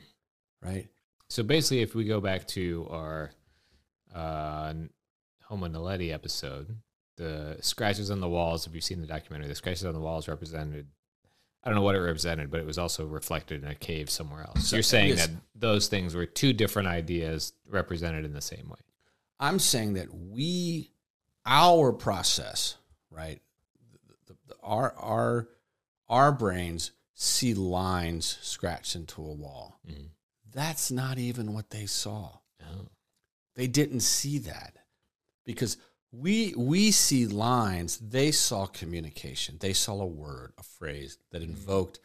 Speaker 1: right?
Speaker 2: So basically, if we go back to our uh, Homo Naledi episode, the scratches on the walls, if you've seen the documentary, the scratches on the walls represented I don't know what it represented, but it was also reflected in a cave somewhere else.
Speaker 1: So-
Speaker 2: You're saying
Speaker 1: yes.
Speaker 2: that those things were two different ideas represented in the same way.
Speaker 1: I'm saying that we, our process, right? The, the, our our our brains see lines scratched into a wall.
Speaker 2: Mhm.
Speaker 1: That's not even what they saw.
Speaker 2: Oh.
Speaker 1: They didn't see that because we we see lines. They saw communication. They saw a word, a phrase that invoked,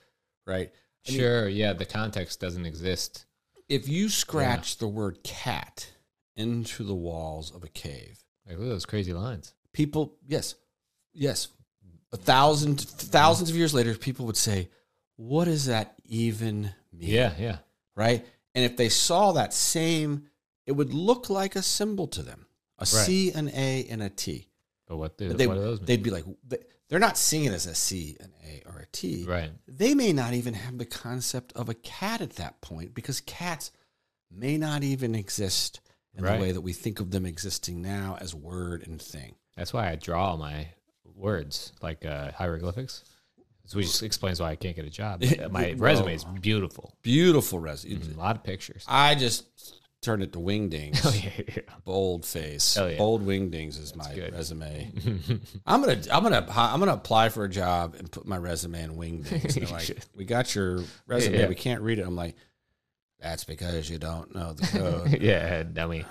Speaker 1: right? I mean,
Speaker 2: Sure, yeah, the context doesn't exist.
Speaker 1: if you scratch the word cat into the walls of a cave,
Speaker 2: Like, look at those crazy lines.
Speaker 1: people yes yes a thousand thousands of years later people would say what does that even mean
Speaker 2: Yeah, yeah.
Speaker 1: right and if they saw that same it would look like a symbol to them a C, an a and a t
Speaker 2: But what, do,
Speaker 1: But they,
Speaker 2: what do those mean?
Speaker 1: they'd be like they- they're not seeing it as a c an a or a t
Speaker 2: right.
Speaker 1: they may not even have the concept of a cat at that point because cats may not even exist in
Speaker 2: Right.
Speaker 1: the way that we think of them existing now as word and thing
Speaker 2: That's why I draw my words like uh, hieroglyphics, which explains why I can't get a job. But My
Speaker 1: Well-
Speaker 2: resume is beautiful.
Speaker 1: beautiful res-
Speaker 2: A lot of pictures.
Speaker 1: I just turned it to Wingdings.
Speaker 2: Oh, yeah, yeah.
Speaker 1: Bold face.
Speaker 2: Hell yeah.
Speaker 1: Bold Wingdings is my
Speaker 2: good.
Speaker 1: resume. I'm gonna I'm gonna I'm gonna apply for a job and put my resume in Wingdings. And they're like, we got your resume.
Speaker 2: Yeah.
Speaker 1: We can't read it. I'm like, that's because you don't know the code.
Speaker 2: yeah, dummy.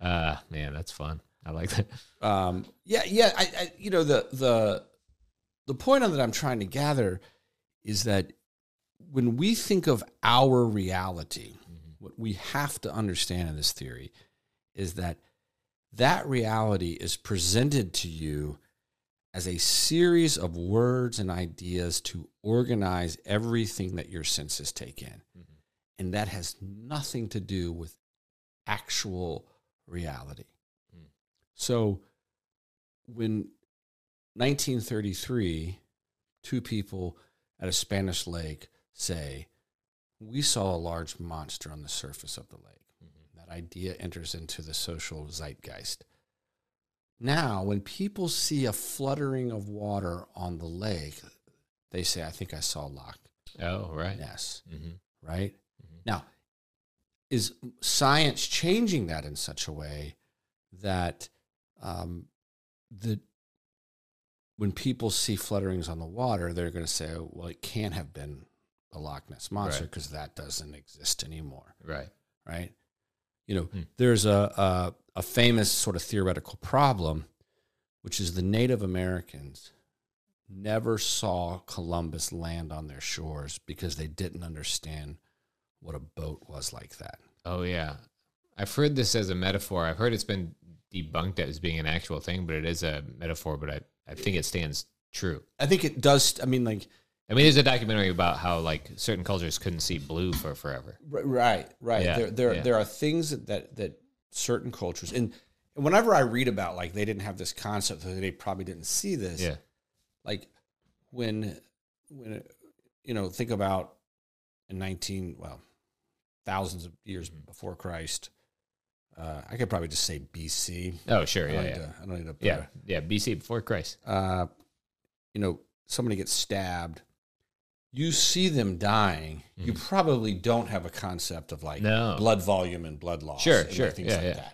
Speaker 2: Uh, man, that's fun. I like that.
Speaker 1: um, yeah, yeah. I, I you know the the the point on that I'm trying to gather is that when we think of our reality, what we have to understand in this theory is that that reality is presented to you as a series of words and ideas to organize everything that your senses take in.
Speaker 2: Mhm.
Speaker 1: And that has nothing to do with actual reality.
Speaker 2: Mm.
Speaker 1: So when 1933 two people at a Spanish lake say, We saw a large monster on the surface of the lake.
Speaker 2: Mm-hmm.
Speaker 1: That idea enters into the social zeitgeist. Now, when people see a fluttering of water on the lake, they say, I think I saw Loch
Speaker 2: Oh, right.
Speaker 1: Ness,
Speaker 2: hmm
Speaker 1: right?
Speaker 2: Mhm.
Speaker 1: Now, is science changing that in such a way that um, the when people see flutterings on the water, they're going to say, "Oh, "Well, it can't have been the Loch Ness monster
Speaker 2: Right.
Speaker 1: because that doesn't exist anymore."
Speaker 2: Right.
Speaker 1: Right? You know,
Speaker 2: Hmm.
Speaker 1: there's a, a a famous sort of theoretical problem, which is the Native Americans never saw Columbus land on their shores because they didn't understand what a boat was like that.
Speaker 2: Oh, yeah. I've heard this as a metaphor. I've heard it's been debunked as being an actual thing, but it is a metaphor, but I, I think it stands true.
Speaker 1: I think it does. I mean, like
Speaker 2: I mean, there's a documentary about how like certain cultures couldn't see blue for forever.
Speaker 1: R- Right, right.
Speaker 2: Yeah,
Speaker 1: there, there,
Speaker 2: yeah.
Speaker 1: there are things that, that that certain cultures and and whenever I read about like they didn't have this concept, so they probably didn't see this.
Speaker 2: Yeah.
Speaker 1: Like when when you know think about in nineteen well thousands of years
Speaker 2: Mm-hmm.
Speaker 1: before Christ, uh, I could probably just say BC.
Speaker 2: Oh, sure.
Speaker 1: I don't need
Speaker 2: Yeah. Yeah.
Speaker 1: to- I don't need to.
Speaker 2: Yeah. yeah. BC before Christ.
Speaker 1: Uh, you know, somebody gets stabbed. You see them dying. You probably don't have a concept of like
Speaker 2: Mm-hmm. No.
Speaker 1: blood volume and blood loss.
Speaker 2: Sure,
Speaker 1: and like
Speaker 2: sure.
Speaker 1: things
Speaker 2: Yeah,
Speaker 1: like
Speaker 2: yeah.
Speaker 1: that.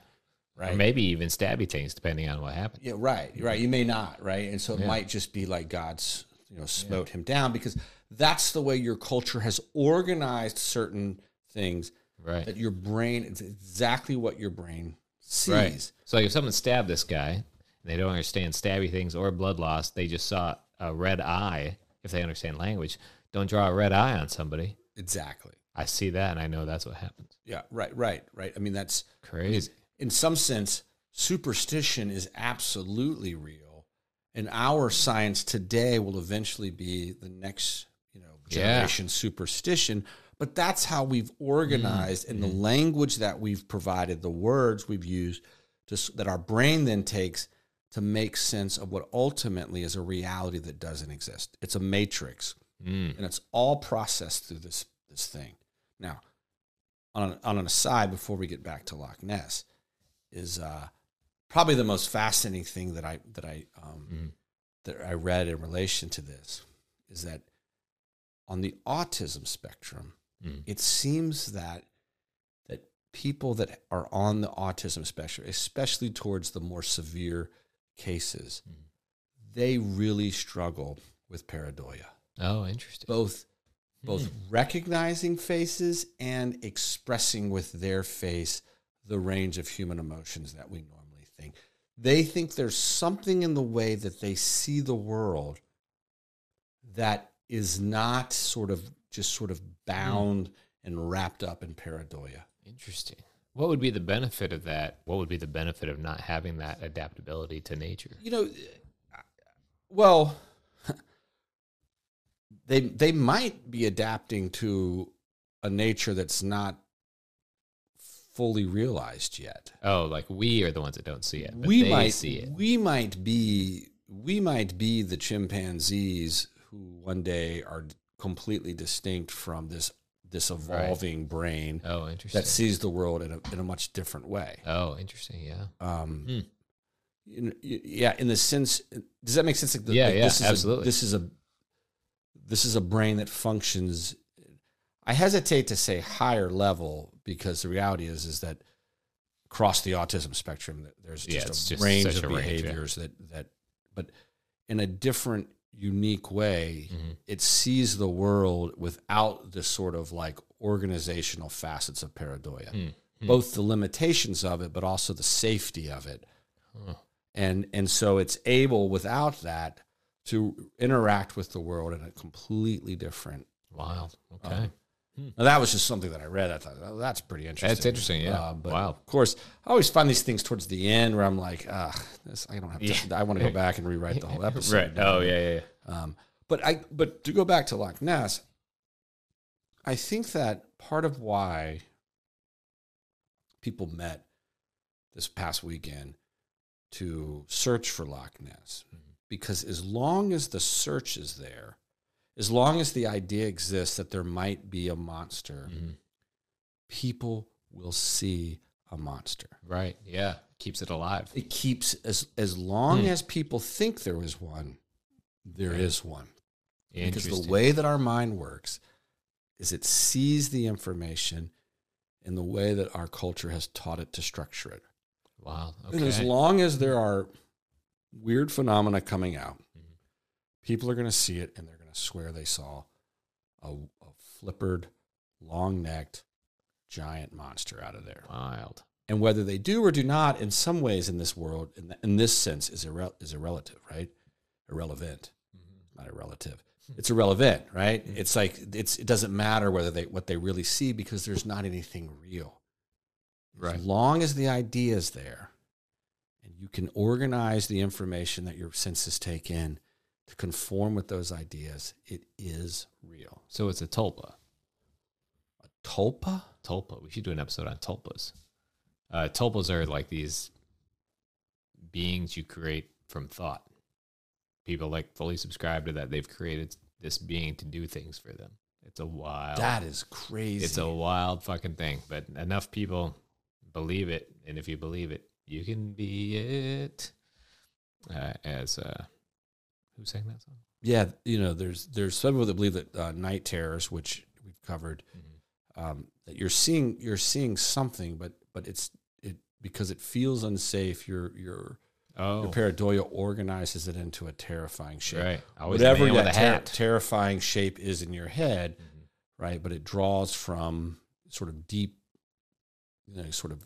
Speaker 2: Or
Speaker 1: Right.
Speaker 2: maybe even stabby things, depending on what happened.
Speaker 1: yeah, right, right. You may not, right? And so it
Speaker 2: Yeah.
Speaker 1: might just be like God's, you know, smote him down because that's the way your culture has organized certain things
Speaker 2: Right.
Speaker 1: that your brain, it's exactly what your brain sees.
Speaker 2: Right. So like if someone stabbed this guy, and they don't understand stabby things or blood loss, they just saw a red eye. If they understand language, don't draw a red eye on somebody.
Speaker 1: Exactly.
Speaker 2: I see that, and I know that's what happens.
Speaker 1: Yeah, right, right, right. I mean, that's,
Speaker 2: Crazy.
Speaker 1: in some sense, superstition is absolutely real, and our science today will eventually be the next, you know,
Speaker 2: Yeah.
Speaker 1: generation superstition. But that's how we've organized, and the language that we've provided, the words we've used, just that our brain then takes to make sense of what ultimately is a reality that doesn't exist. It's a matrix
Speaker 2: Mm.
Speaker 1: and it's all processed through this this thing. Now, on on an aside before we get back to Loch Ness, is uh, probably the most fascinating thing that I that I um,
Speaker 2: Mhm.
Speaker 1: that I read in relation to this is that on the autism spectrum,
Speaker 2: Mm.
Speaker 1: it seems that that people that are on the autism spectrum, especially towards the more severe cases,
Speaker 2: Mm.
Speaker 1: they really struggle with pareidoia.
Speaker 2: Oh, interesting.
Speaker 1: Both both
Speaker 2: Hmm.
Speaker 1: recognizing faces and expressing with their face the range of human emotions that we normally think. They think there's something in the way that they see the world that is not sort of just sort of bound and wrapped up in pareidoia.
Speaker 2: Interesting. What would be the benefit of that? What would be the benefit of not having that adaptability to nature?
Speaker 1: You know, I- well, they they might be adapting to a nature that's not fully realized yet.
Speaker 2: Oh, like we are the ones that don't see it. But
Speaker 1: we
Speaker 2: they
Speaker 1: might
Speaker 2: see it.
Speaker 1: We might be we might be the chimpanzees who one day are completely distinct from this this evolving brain
Speaker 2: Oh, interesting.
Speaker 1: that sees the world in a in a much different way.
Speaker 2: oh, interesting. Yeah.
Speaker 1: Um,
Speaker 2: Hmm.
Speaker 1: you know, y- yeah, in the sense, does that make sense? Like the,
Speaker 2: Yeah,
Speaker 1: like
Speaker 2: yeah,
Speaker 1: this is
Speaker 2: absolutely.
Speaker 1: A, this is a this is a brain that functions. I hesitate to say higher level because the reality is is that across the autism spectrum, that there's
Speaker 2: Yeah,
Speaker 1: just
Speaker 2: it's
Speaker 1: a
Speaker 2: just
Speaker 1: range
Speaker 2: such
Speaker 1: of
Speaker 2: a range, yeah.
Speaker 1: behaviors that that, but in a different, unique way,
Speaker 2: Mhm.
Speaker 1: it sees the world without the sort of like organizational facets of pareidoia
Speaker 2: Hmm. Hmm.
Speaker 1: both the limitations of it but also the safety of it
Speaker 2: Huh.
Speaker 1: and and so it's able without that to interact with the world in a completely different
Speaker 2: Wild. Okay.
Speaker 1: Um, now that was just something that i read i thought oh, that's pretty interesting
Speaker 2: That's interesting. Yeah.
Speaker 1: Uh, but
Speaker 2: wow.
Speaker 1: of course i always find these things towards the end where i'm like ah this, i don't have to i want to go back and rewrite the whole episode
Speaker 2: Right. Oh, yeah, yeah, yeah.
Speaker 1: um, but I but to go back to Loch Ness, I think that part of why people met this past weekend to search for Loch Ness,
Speaker 2: Mm-hmm.
Speaker 1: because as long as the search is there, as long as the idea exists that there might be a monster,
Speaker 2: Mhm.
Speaker 1: people will see a monster.
Speaker 2: Right. Yeah. Keeps it alive.
Speaker 1: It keeps as as long
Speaker 2: Hmm.
Speaker 1: as people think there is one, there is one because
Speaker 2: Interesting.
Speaker 1: the way that our mind works is it sees the information in the way that our culture has taught it to structure it.
Speaker 2: Wild.
Speaker 1: And as
Speaker 2: Okay.
Speaker 1: long as there are weird phenomena coming out, people are going to see it and they're going to swear they saw a, a flippered, long necked, giant monster out of there.
Speaker 2: Wild.
Speaker 1: And whether they do or do not, in some ways, in this world, in, in this sense, is, irre- is irrelative, right? Irrelevant
Speaker 2: Mm-hmm.
Speaker 1: not a relative. It's irrelevant, right? It's like it's it doesn't matter whether they what they really see because there's not anything real.
Speaker 2: Right.
Speaker 1: As long as the idea is there, and you can organize the information that your senses take in to conform with those ideas, it is real.
Speaker 2: So it's a tulpa.
Speaker 1: A tulpa?
Speaker 2: Tulpa. We should do an episode on tulpas. Uh, tulpas are like these beings you create from thought. People like fully subscribe to that. They've created this being to do things for them. It's a wild.
Speaker 1: That is crazy.
Speaker 2: It's a wild fucking thing, but enough people believe it, and if you believe it, you can be it. Uh, as uh, who sang that song?
Speaker 1: yeah, you know, there's there's some people that believe that uh, night terrors, which we've covered,
Speaker 2: Mm-hmm.
Speaker 1: um, that you're seeing you're seeing something, but but it's it because it feels unsafe. Your your
Speaker 2: Oh,
Speaker 1: your pareidolia organizes it into a terrifying shape.
Speaker 2: right. Always
Speaker 1: Whatever
Speaker 2: the man
Speaker 1: that
Speaker 2: with a
Speaker 1: ter-
Speaker 2: hat. Mm-hmm.
Speaker 1: terrifying shape is in your head, right? But it draws from sort of deep, you know, sort of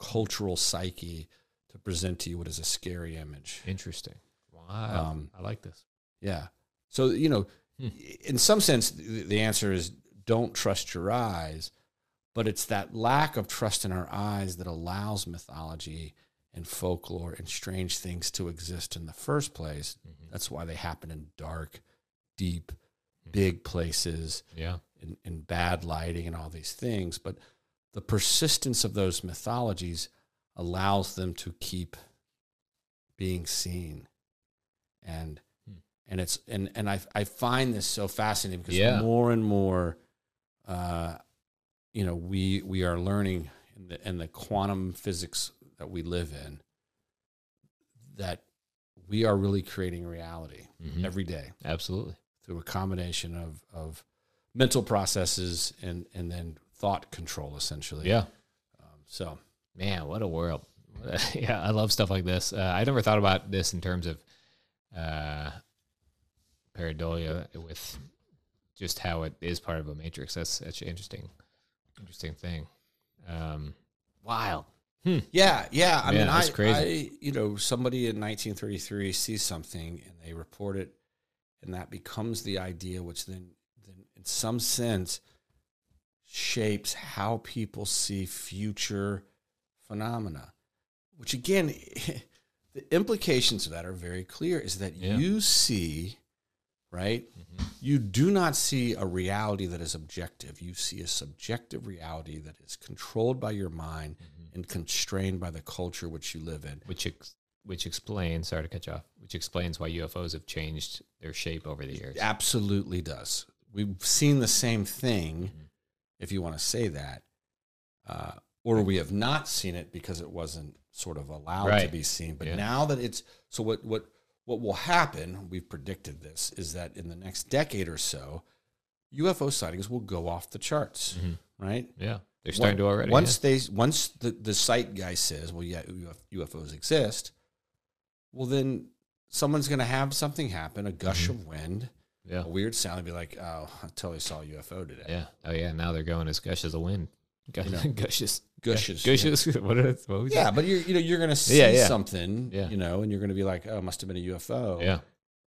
Speaker 1: cultural psyche to present to you what is a scary image.
Speaker 2: Interesting. Wow,
Speaker 1: Um,
Speaker 2: I like this.
Speaker 1: Yeah. So, you know,
Speaker 2: Hmm.
Speaker 1: in some sense, the, the answer is don't trust your eyes, but it's that lack of trust in our eyes that allows mythology and folklore and strange things to exist in the first place. That's why they happen in dark, deep, big places
Speaker 2: Yeah,
Speaker 1: and, and bad lighting and all these things. But the persistence of those mythologies allows them to keep being seen. And
Speaker 2: Hmm.
Speaker 1: and it's and and I I find this so fascinating because
Speaker 2: Yeah.
Speaker 1: more and more uh you know we we are learning in the in the quantum physics that we live in that we are really creating reality
Speaker 2: Mhm.
Speaker 1: every day
Speaker 2: absolutely.
Speaker 1: through a combination of of mental processes and and then thought control essentially. Um,
Speaker 2: Yeah.
Speaker 1: So
Speaker 2: Man, what a world. What a- yeah, I love stuff like this. Uh, I never thought about this in terms of uh, pareidolia with just how it is part of a matrix. That's such an interesting, interesting thing. Um, wild.
Speaker 1: yeah, yeah. I mean,
Speaker 2: Man, that's
Speaker 1: I,
Speaker 2: crazy.
Speaker 1: I you know somebody in 1933 sees something and they report it, and that becomes the idea, which then then in some sense shapes how people see future phenomena. Which again, the implications of that are very clear. Is that
Speaker 2: Yeah.
Speaker 1: you see, right? you do not see a reality that is objective. You see a subjective reality that is controlled by your mind
Speaker 2: Mm-hmm.
Speaker 1: and constrained by the culture which you live in.
Speaker 2: Which ex- which explains. Sorry to cut you off. Which explains why UFOs have changed their shape over the years.
Speaker 1: Absolutely does. We've seen the same thing,
Speaker 2: Mm-hmm.
Speaker 1: if you want to say that, uh, or we have not seen it because it wasn't sort of allowed to
Speaker 2: Right.
Speaker 1: be seen. But
Speaker 2: Yeah.
Speaker 1: now that it's so, what what what will happen? We've predicted this is that in the next decade or so, UFO sightings will go off the charts,
Speaker 2: Mm-hmm.
Speaker 1: right?
Speaker 2: Yeah, they're starting to
Speaker 1: Once-
Speaker 2: already.
Speaker 1: Once they once the the site guy says, "Well, yeah, UF- UFOs exist," well then someone's going to have something happen, a gush of wind,
Speaker 2: Mm-hmm. yeah.
Speaker 1: a weird sound, and be like, "Oh, I totally saw a UFO today."
Speaker 2: Yeah. Oh yeah. Now they're going as gush as a wind. Gush, gushes.
Speaker 1: Gushes,
Speaker 2: Gushes. What, are, what was
Speaker 1: Yeah,
Speaker 2: that?
Speaker 1: but you're you know you're going to see
Speaker 2: Yeah, yeah.
Speaker 1: something,
Speaker 2: Yeah.
Speaker 1: you know, and you're going to be like, "Oh, it must have been a UFO."
Speaker 2: Yeah.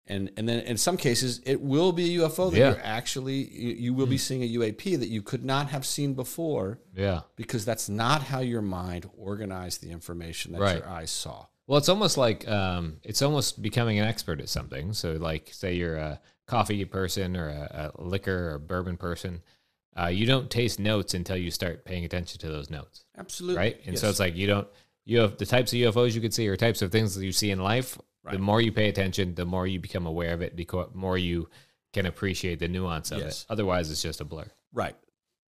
Speaker 1: and and then in some cases it will be a UFO that
Speaker 2: Yeah. Mm.
Speaker 1: you're actually you, you will be seeing a UAP that you could not have seen before
Speaker 2: Yeah.
Speaker 1: because that's not how your mind organized the information that
Speaker 2: Right.
Speaker 1: your eyes saw.
Speaker 2: Well, it's almost like um, it's almost becoming an expert at something. So, like, say you're a coffee person or a, a liquor or bourbon person, uh, you don't taste notes until you start paying attention to those notes,
Speaker 1: Absolutely.
Speaker 2: right? And so
Speaker 1: Uh, Yes.
Speaker 2: it's like you don't you have the types of UFOs you could see or types of things that you see in life. The
Speaker 1: Right.
Speaker 2: more you pay attention, the more you become aware of it. Because more you can appreciate the nuance of
Speaker 1: Yes.
Speaker 2: it. Otherwise, it's just a blur.
Speaker 1: Right.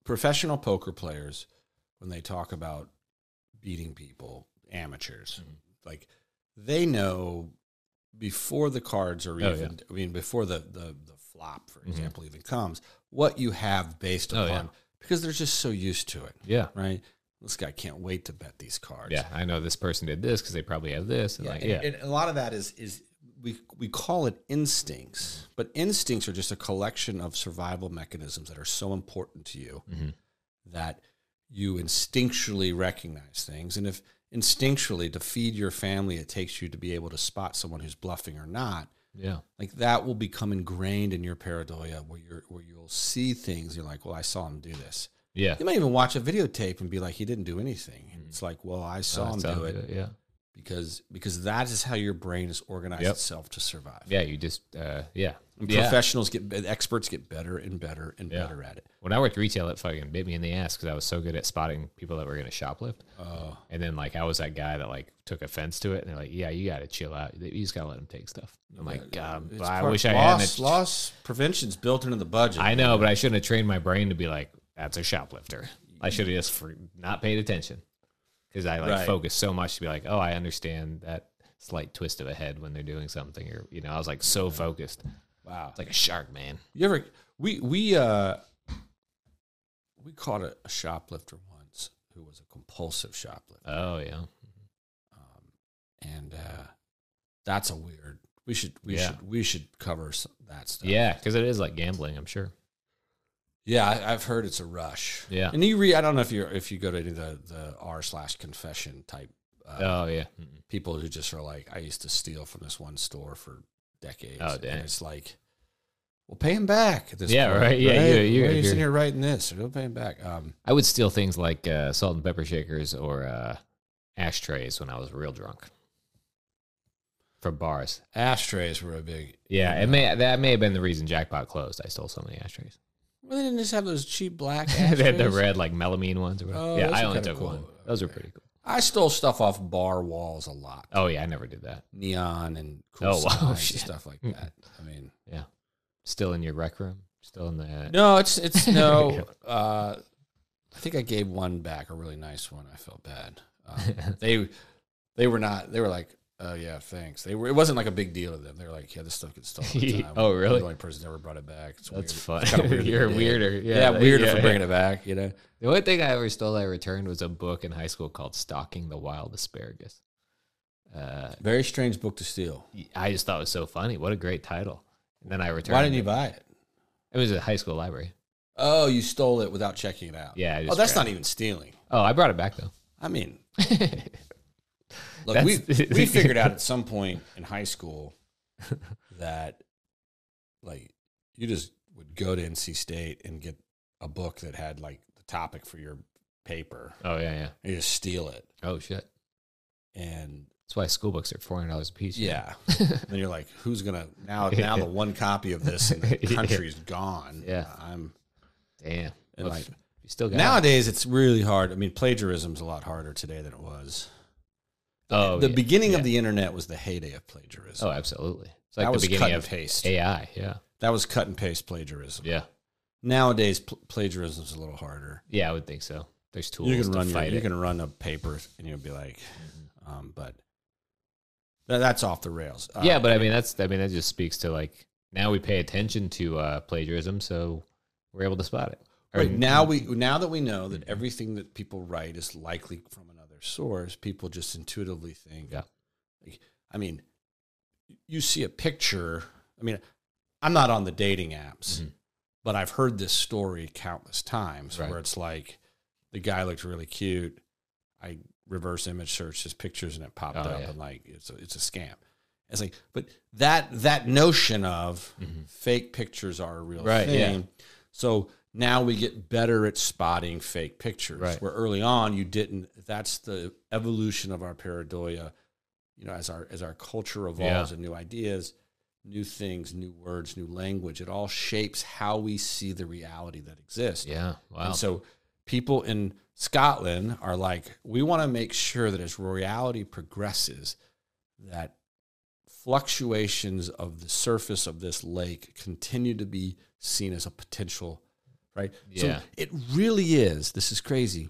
Speaker 1: Professional poker players, when they talk about beating people, amateurs,
Speaker 2: Mm-hmm.
Speaker 1: like they know before the cards are
Speaker 2: Oh, yeah. Mm-hmm.
Speaker 1: even, I mean, before the, the, the flop, for example, even comes, what you have based
Speaker 2: Oh,
Speaker 1: upon,
Speaker 2: yeah.
Speaker 1: because they're just so used to it,
Speaker 2: Yeah.
Speaker 1: right? This guy can't wait to bet these cards.
Speaker 2: Yeah, I know this person did this because they probably have this. And
Speaker 1: Yeah,
Speaker 2: like,
Speaker 1: and,
Speaker 2: yeah,
Speaker 1: and a lot of that is is we we call it instincts, but instincts are just a collection of survival mechanisms that are so important to you that you instinctually recognize things. And if instinctually to feed your family, it takes you to be able to spot someone who's bluffing or not.
Speaker 2: yeah,
Speaker 1: Like that will become ingrained in your pareidolia, where you're where you'll see things. You're like, well, I saw him do this.
Speaker 2: yeah.
Speaker 1: You might even watch a videotape and be like, he didn't do anything. And it's like, well, I saw
Speaker 2: Uh,
Speaker 1: him
Speaker 2: so-
Speaker 1: do it
Speaker 2: Yeah,
Speaker 1: because because that is how your brain is organized
Speaker 2: Yep.
Speaker 1: itself to survive.
Speaker 2: yeah. You just, uh, yeah,
Speaker 1: And
Speaker 2: yeah.
Speaker 1: Professionals get experts get better and better and
Speaker 2: Yeah.
Speaker 1: better at it.
Speaker 2: When I worked retail, it fucking bit me in the ass because I was so good at spotting people that were going to shoplift.
Speaker 1: Oh,
Speaker 2: And then like I was that guy that like took offense to it, and they're like, "Yeah, you got to chill out. You just got to let them take stuff." I'm like, God, but I wish I hadn't.
Speaker 1: loss, loss prevention's built into the budget.
Speaker 2: I know, but I shouldn't have trained my brain to be like, "That's a shoplifter." I should have just fr- not paid attention because I like
Speaker 1: Right.
Speaker 2: focused so much to be like, "Oh, I understand that slight twist of a head when they're doing something," or you know, I was like so focused.
Speaker 1: wow.
Speaker 2: It's like a shark, man.
Speaker 1: You ever we we uh we caught a, a shoplifter once who was a compulsive shoplifter,
Speaker 2: Oh yeah,
Speaker 1: and uh, that's a weird. We should we
Speaker 2: Yeah.
Speaker 1: should we should cover some, that stuff.
Speaker 2: yeah, because it is like gambling. I'm sure.
Speaker 1: Yeah, I, I've heard it's a rush.
Speaker 2: Yeah.
Speaker 1: and you read. I don't know if you if you go to any of the the r slash confession type
Speaker 2: oh yeah, Mm-mm.
Speaker 1: people who just are like, I used to steal from this one store for decades.
Speaker 2: Oh,
Speaker 1: and
Speaker 2: dang.
Speaker 1: it's like, well, pay him back. At this
Speaker 2: Yeah,
Speaker 1: point,
Speaker 2: right. Yeah, you-
Speaker 1: Why
Speaker 2: you-
Speaker 1: are
Speaker 2: if
Speaker 1: you
Speaker 2: you're-
Speaker 1: sitting here writing this? Don't pay him back. Um,
Speaker 2: I would steal things like uh, salt and pepper shakers or uh, ashtrays when I was real drunk from bars.
Speaker 1: ashtrays were a big.
Speaker 2: Yeah, it may that may have been the reason Jackpot closed. I stole so many ashtrays.
Speaker 1: Well, they didn't just have those cheap black
Speaker 2: they had the
Speaker 1: ashtrays?
Speaker 2: red like melamine ones or whatever.
Speaker 1: Oh,
Speaker 2: yeah,
Speaker 1: those
Speaker 2: I
Speaker 1: are
Speaker 2: only
Speaker 1: kinda
Speaker 2: took
Speaker 1: cool.
Speaker 2: one. Those were pretty cool.
Speaker 1: I stole stuff off bar walls a lot.
Speaker 2: Oh yeah, I never did that.
Speaker 1: Neon and cool
Speaker 2: Oh, wow,
Speaker 1: signs and
Speaker 2: shit.
Speaker 1: stuff like that. I mean,
Speaker 2: Yeah, still in your rec room, still in the.
Speaker 1: no, it's it's no. uh, I think I gave one back, a really nice one. I felt bad. Um, they they were not. They were like, Oh yeah, thanks. They were. It wasn't like a big deal to them. They were like, yeah, this stuff gets stolen. all the time.
Speaker 2: Oh,
Speaker 1: We're
Speaker 2: really?
Speaker 1: The only person that ever brought it back. It's weird.
Speaker 2: That's fun.
Speaker 1: It's kinda weird.
Speaker 2: You're
Speaker 1: Yeah.
Speaker 2: weirder. Yeah,
Speaker 1: Yeah, weirder
Speaker 2: yeah,
Speaker 1: for bringing it back. You know.
Speaker 2: The only thing I ever stole I returned was a book in high school called Stalking the Wild Asparagus. Uh,
Speaker 1: Very strange book to steal.
Speaker 2: I just thought it was so funny. What a great title. And then I returned
Speaker 1: Why didn't you
Speaker 2: it.
Speaker 1: buy it?
Speaker 2: It was a high school library.
Speaker 1: Oh, you stole it without checking it out.
Speaker 2: Yeah, I
Speaker 1: Oh,
Speaker 2: just
Speaker 1: that's
Speaker 2: grabbed
Speaker 1: not e- even stealing.
Speaker 2: Oh, I brought it back though.
Speaker 1: I mean, look,
Speaker 2: That's-
Speaker 1: we we figured out at some point in high school that like you just would go to NC State and get a book that had like the topic for your paper.
Speaker 2: oh yeah, yeah.
Speaker 1: And you just steal it
Speaker 2: Oh shit.
Speaker 1: and
Speaker 2: That's why school books are four hundred dollars a piece.
Speaker 1: yeah. then you're like, who's gonna now? Now the one copy of this in the
Speaker 2: Yeah.
Speaker 1: country's gone.
Speaker 2: Yeah.
Speaker 1: I'm
Speaker 2: Damn.
Speaker 1: and
Speaker 2: Well,
Speaker 1: like
Speaker 2: you still got it.
Speaker 1: nowadays it's really hard. I mean, plagiarism's a lot harder today than it was.
Speaker 2: Oh,
Speaker 1: the
Speaker 2: yeah.
Speaker 1: beginning
Speaker 2: Yeah.
Speaker 1: of the internet was the heyday of plagiarism.
Speaker 2: Oh, absolutely. It's
Speaker 1: that
Speaker 2: like the
Speaker 1: was cut
Speaker 2: beginning
Speaker 1: and
Speaker 2: of
Speaker 1: paste.
Speaker 2: AI. Yeah.
Speaker 1: That was cut and paste plagiarism.
Speaker 2: Yeah.
Speaker 1: Nowadays, pl- plagiarism's a little harder.
Speaker 2: Yeah, I would think so. There's tools
Speaker 1: You can
Speaker 2: to
Speaker 1: run your,
Speaker 2: fight
Speaker 1: you
Speaker 2: it. Mm-hmm.
Speaker 1: can run a paper and you'll be like, um, but tha- that's off the rails. Uh,
Speaker 2: yeah, but I mean that's I mean that just speaks to like now we pay attention to uh, plagiarism, so we're able to spot it. Or-
Speaker 1: Right now we now that we know that everything that people write is likely from another source, people just intuitively think.
Speaker 2: Yeah.
Speaker 1: like, I mean, you see a picture. I mean, I'm not on the dating apps,
Speaker 2: Mhm.
Speaker 1: but I've heard this story countless times
Speaker 2: Right.
Speaker 1: where it's like the guy looked really cute. I reverse image searched his pictures and it popped
Speaker 2: Oh,
Speaker 1: up
Speaker 2: yeah.
Speaker 1: and like it's a, it's a scam. It's like, but that that notion of
Speaker 2: Mm-hmm.
Speaker 1: fake pictures are a real
Speaker 2: Right, yeah.
Speaker 1: thing. So now we get better at spotting fake pictures.
Speaker 2: Right.
Speaker 1: Where early on you didn't. That's the evolution of our pareidolia. You know, as our as our culture evolves
Speaker 2: Yeah.
Speaker 1: and new ideas, new things, new words, new language, it all shapes how we see the reality that exists.
Speaker 2: Yeah. Wow.
Speaker 1: And so people in Scotland are like, we want to make sure that as reality progresses, that fluctuations of the surface of this lake continue to be seen as a potential, right?
Speaker 2: Yeah.
Speaker 1: So it really is. This is crazy.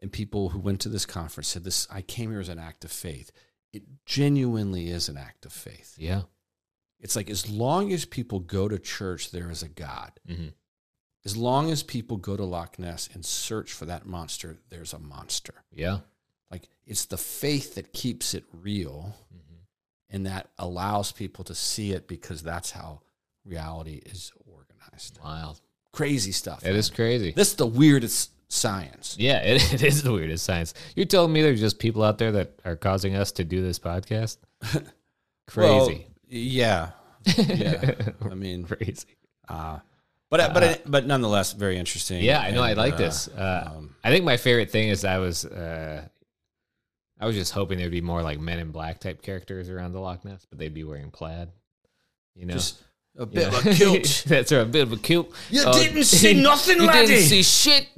Speaker 1: And people who went to this conference said, "This I came here as an act of faith." It genuinely is an act of faith.
Speaker 2: yeah.
Speaker 1: It's like as long as people go to church, there is a God.
Speaker 2: hmm
Speaker 1: As long as people go to Loch Ness and search for that monster, there's a monster.
Speaker 2: Yeah.
Speaker 1: Like it's the faith that keeps it real
Speaker 2: mm-hmm.
Speaker 1: and that allows people to see it because that's how reality is organized.
Speaker 2: Wild.
Speaker 1: Crazy stuff.
Speaker 2: It is crazy.
Speaker 1: This is the weirdest science.
Speaker 2: yeah, it, it is the weirdest science. You're telling me there's just people out there that are causing us to do this podcast? Crazy.
Speaker 1: Well, yeah. Yeah. I mean,
Speaker 2: crazy.
Speaker 1: uh, but but but nonetheless very interesting.
Speaker 2: Yeah, I know. I
Speaker 1: And,
Speaker 2: like
Speaker 1: uh,
Speaker 2: this. Uh,
Speaker 1: um,
Speaker 2: I think my favorite thing is I was uh, I was just hoping there'd be more like Men in Black type characters around the Loch Ness, but they'd be wearing plaid. You know,
Speaker 1: Just a
Speaker 2: You
Speaker 1: bit
Speaker 2: know?
Speaker 1: of a kilt.
Speaker 2: That's right, a bit of a kilt. Oh,
Speaker 1: You didn't see nothing,
Speaker 2: you
Speaker 1: laddie.
Speaker 2: Didn't see shit.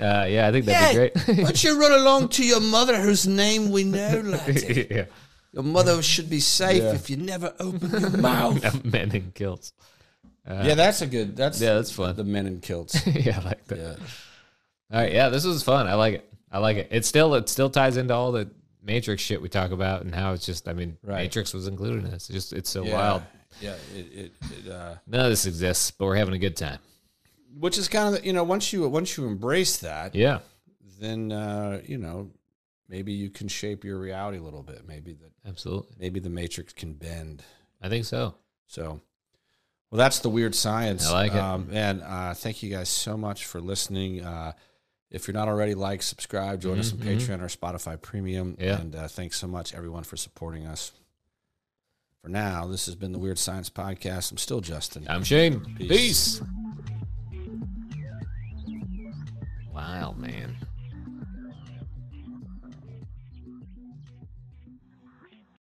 Speaker 2: Uh, yeah, I think that'd be
Speaker 1: Why
Speaker 2: great.
Speaker 1: don't you run along to your mother whose name we know, laddie?
Speaker 2: yeah,
Speaker 1: Your mother should be safe if you never open your mouth.
Speaker 2: men in kilts.
Speaker 1: yeah, that's a good. That's
Speaker 2: Yeah, that's fun.
Speaker 1: The men in kilts.
Speaker 2: yeah, I like that.
Speaker 1: Yeah.
Speaker 2: All right, yeah, this was fun. I like it. I like it. It still it still ties into all the Matrix shit we talk about and how it's just. I mean,
Speaker 1: Right.
Speaker 2: Matrix was included in this. It's just it's so wild.
Speaker 1: Yeah, it, it, it uh,
Speaker 2: None of this exists, but we're having a good time.
Speaker 1: which is kind of you know once you once you embrace that,
Speaker 2: Yeah,
Speaker 1: then uh, you know maybe you can shape your reality a little bit. Maybe that
Speaker 2: absolutely.
Speaker 1: maybe the matrix can bend.
Speaker 2: I think so.
Speaker 1: So, well, that's the weird science.
Speaker 2: I like it.
Speaker 1: Um, and uh, thank you guys so much for listening. Uh, if you're not already, like, subscribe, join us on
Speaker 2: Mhm, mhm.
Speaker 1: Patreon or Spotify Premium.
Speaker 2: Yeah.
Speaker 1: And uh, thanks so much, everyone, for supporting us. For now, this has been the Weird Science Podcast. I'm still Justin.
Speaker 2: I'm Shane.
Speaker 1: Peace.
Speaker 2: Peace. Wow, man.